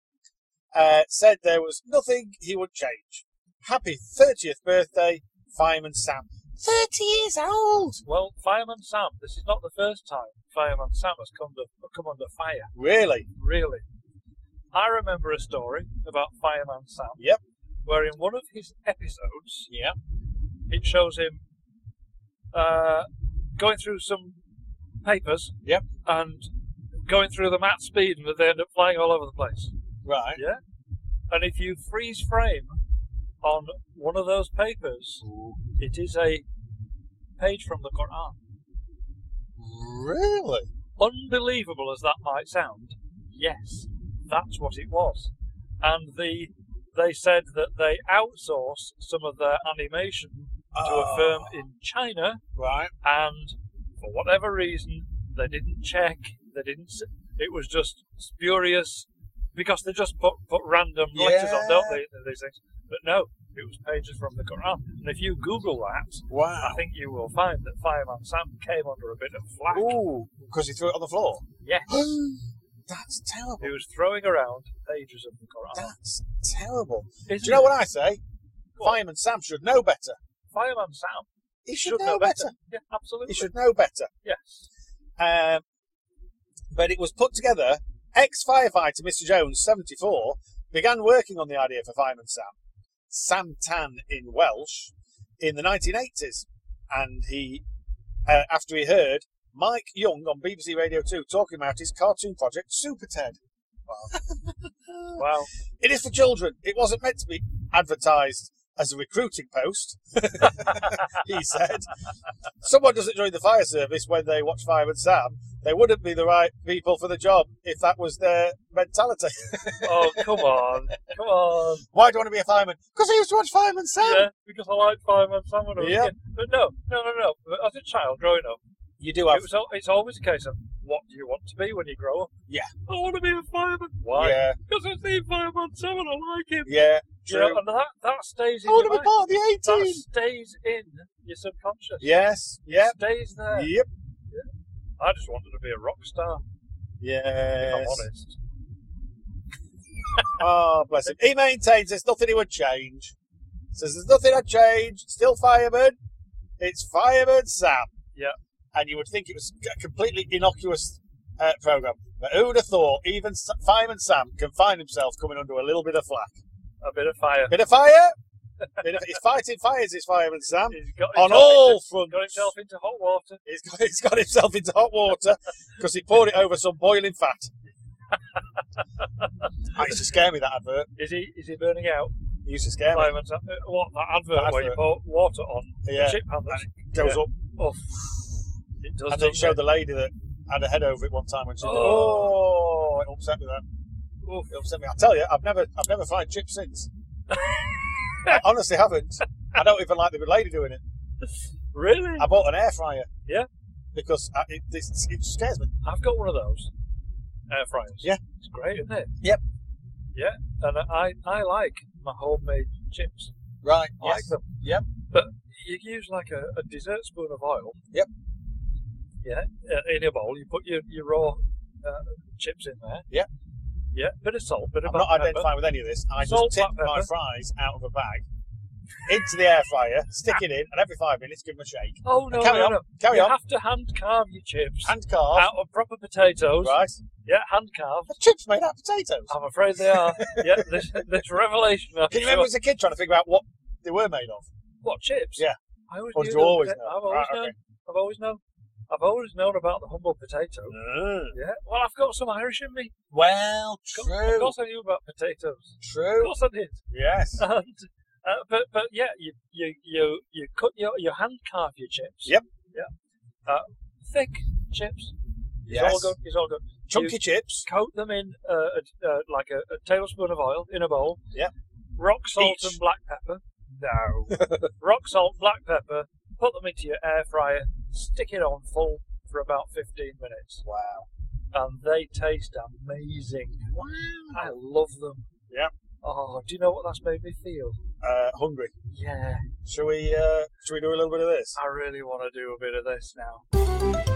Speaker 3: uh, said there was nothing he would change. Happy 30th birthday, Fireman Sam. 30 years old!
Speaker 2: Well, Fireman Sam, this is not the first time Fireman Sam has come, to, come under fire,
Speaker 3: Really?
Speaker 2: really. I remember a story about Fireman Sam.
Speaker 3: Yep.
Speaker 2: Where in one of his episodes,
Speaker 3: Yeah.
Speaker 2: it shows him uh, going through some papers.
Speaker 3: Yep.
Speaker 2: And going through them at speed, and they end up flying all over the place.
Speaker 3: Right.
Speaker 2: And if you freeze frame on one of those papers, it is a page from the Quran.
Speaker 3: Really?
Speaker 2: Unbelievable as that might sound, yes, that's what it was. And the they said that they outsource some of their animation to a firm in China,
Speaker 3: Right.
Speaker 2: and for whatever reason, they didn't check. They didn't. s- It was just spurious because they just put, put random letters on, don't they? These things. But no, it was pages from the Quran. And if you Google that, I
Speaker 3: Wow.
Speaker 2: think you will find that Fireman Sam came under a bit of flack.
Speaker 3: Ooh, because he threw it on the floor.
Speaker 2: Yes,
Speaker 3: That's
Speaker 2: he
Speaker 3: terrible.
Speaker 2: was throwing around pages of the Quran.
Speaker 3: That's terrible.
Speaker 2: Isn't
Speaker 3: Do you know
Speaker 2: it?
Speaker 3: what I say?
Speaker 2: What?
Speaker 3: Fireman Sam should know better.
Speaker 2: Fireman Sam
Speaker 3: He should, know, better.
Speaker 2: Yeah, absolutely.
Speaker 3: He should know better.
Speaker 2: Yes.
Speaker 3: Um, but it was put together. Ex firefighter Mr. Jones, 74, began working on the idea for Fireman Sam, Sam Tan in Welsh, in the 1980s. And he, uh, after he heard Mike Young on BBC Radio 2 talking about his cartoon project, Super Ted.
Speaker 2: Wow.
Speaker 3: It is for children. It wasn't meant to be advertised as a recruiting post, he said. Someone doesn't join the fire service when they watch Fireman Sam. They wouldn't be the right people for the job if that was their mentality.
Speaker 2: Oh, come on. Come on.
Speaker 3: Why do you want to be a fireman? Because I used to watch Fireman Sam.
Speaker 2: Yeah, because I like Fireman Sam when I was a
Speaker 3: Yeah.
Speaker 2: kid. But no, no, no, no. But As a child growing up,
Speaker 3: You do
Speaker 2: It was, al- it's always a case of what do you want to be when you grow up?
Speaker 3: Yeah.
Speaker 2: I want to be a fireman. Why?
Speaker 3: Yeah,
Speaker 2: Because I've seen Fireman Sam and I like him.
Speaker 3: yeah,
Speaker 2: You
Speaker 3: true.
Speaker 2: know, and that, that stays
Speaker 3: I
Speaker 2: in
Speaker 3: want to
Speaker 2: your mind.
Speaker 3: be part of the A
Speaker 2: That
Speaker 3: team.
Speaker 2: stays in your subconscious.
Speaker 3: Yes, yep,
Speaker 2: It stays there.
Speaker 3: yep,
Speaker 2: I just wanted to be a rock star, if I'm
Speaker 3: yes.
Speaker 2: honest.
Speaker 3: Oh, bless him. He maintains there's nothing he would change. Says there's nothing I'd change. Still fireman. It's fireman Sam.
Speaker 2: Yeah.
Speaker 3: And you would think it was a completely innocuous uh, program, but who would have thought even S- fireman Sam can find himself coming under a little bit of flack?
Speaker 2: A bit of fire.
Speaker 3: Bit of fire. Bit of, he's fighting fires. Is fireman Sam?
Speaker 2: He's got
Speaker 3: On
Speaker 2: himself
Speaker 3: all
Speaker 2: into,
Speaker 3: fronts.
Speaker 2: got himself into hot water.
Speaker 3: He's got, he's got himself into hot water because he poured it over some boiling fat. that used to scare me. That advert
Speaker 2: Is he? Is he burning out?
Speaker 3: it used to scare me.
Speaker 2: Fireman Sam. uh, What that advert
Speaker 3: That
Speaker 2: where you
Speaker 3: advert.
Speaker 2: pour water on
Speaker 3: Yeah,
Speaker 2: chip handles?
Speaker 3: goes
Speaker 2: Yeah.
Speaker 3: up.
Speaker 2: Oh, it does.
Speaker 3: And they
Speaker 2: doesn't
Speaker 3: showed
Speaker 2: it?
Speaker 3: the lady that had a head over it one time when she did.
Speaker 2: Oh.
Speaker 3: Oh, it upset me. That
Speaker 2: Oof.
Speaker 3: it upset me. I tell you, I've never, I've never fried chips since. I honestly haven't. I don't even like the lady doing it.
Speaker 2: Really?
Speaker 3: I bought an air fryer.
Speaker 2: Yeah.
Speaker 3: because I, it, this, it scares me.
Speaker 2: I've got one of those air fryers.
Speaker 3: Yeah.
Speaker 2: It's great, isn't it?
Speaker 3: Yep.
Speaker 2: Yeah, and I, I like my homemade chips.
Speaker 3: Right.
Speaker 2: I like them.
Speaker 3: Yep.
Speaker 2: But you use like a, a dessert spoon of oil.
Speaker 3: Yep.
Speaker 2: Yeah, uh, in a bowl. You put your, your raw uh, chips in there.
Speaker 3: Yep.
Speaker 2: Yeah, bit of salt, bit of
Speaker 3: I'm not
Speaker 2: black pepper.
Speaker 3: identifying with any of this. I
Speaker 2: Salt,
Speaker 3: just tip
Speaker 2: black pepper.
Speaker 3: my fries out of a bag into the air fryer, stick it in, and every five minutes give them a shake.
Speaker 2: Oh, no,
Speaker 3: Carry
Speaker 2: no,
Speaker 3: on,
Speaker 2: no.
Speaker 3: Carry
Speaker 2: you
Speaker 3: on.
Speaker 2: have to hand carve your chips
Speaker 3: Hand carved
Speaker 2: out of proper potatoes.
Speaker 3: right?
Speaker 2: Yeah, hand carved.
Speaker 3: The chips made out of potatoes.
Speaker 2: I'm afraid they are. yeah, this, this revelation. I'm
Speaker 3: Can you
Speaker 2: sure.
Speaker 3: remember as a kid trying to figure out what they were made of?
Speaker 2: What chips?
Speaker 3: Yeah.
Speaker 2: I always knew
Speaker 3: Or did you
Speaker 2: them.
Speaker 3: always
Speaker 2: Yeah,
Speaker 3: know?
Speaker 2: I've always
Speaker 3: Right,
Speaker 2: known.
Speaker 3: okay.
Speaker 2: I've always known. I've always known about the humble potato. Yeah. Well, I've got some Irish in me.
Speaker 3: Well,
Speaker 2: Mm. Of course- Of course, I knew about potatoes. Of
Speaker 3: True.
Speaker 2: course, I did.
Speaker 3: Yes.
Speaker 2: And, uh, but but yeah, you you you you cut your you hand carve your chips.
Speaker 3: Yep.
Speaker 2: Yeah. Uh, thick chips. It's all
Speaker 3: Yes.
Speaker 2: good. It's all good.
Speaker 3: Chunky chips.
Speaker 2: Coat them in uh, a, uh, like a, a tablespoon of oil in a bowl.
Speaker 3: Yep.
Speaker 2: Rock salt
Speaker 3: Each.
Speaker 2: and black pepper. No. Rock salt, black pepper. Put them into your air fryer. Stick it on full for about 15 minutes,
Speaker 3: Wow.
Speaker 2: and Um, they taste amazing.
Speaker 3: Wow.
Speaker 2: I love them.
Speaker 3: Yep.
Speaker 2: Oh, do you know what that's made me feel?
Speaker 3: Uh, hungry.
Speaker 2: Yeah,
Speaker 3: Shall we? Uh, shall we do a little bit of this?
Speaker 2: I really want to do a bit of this now.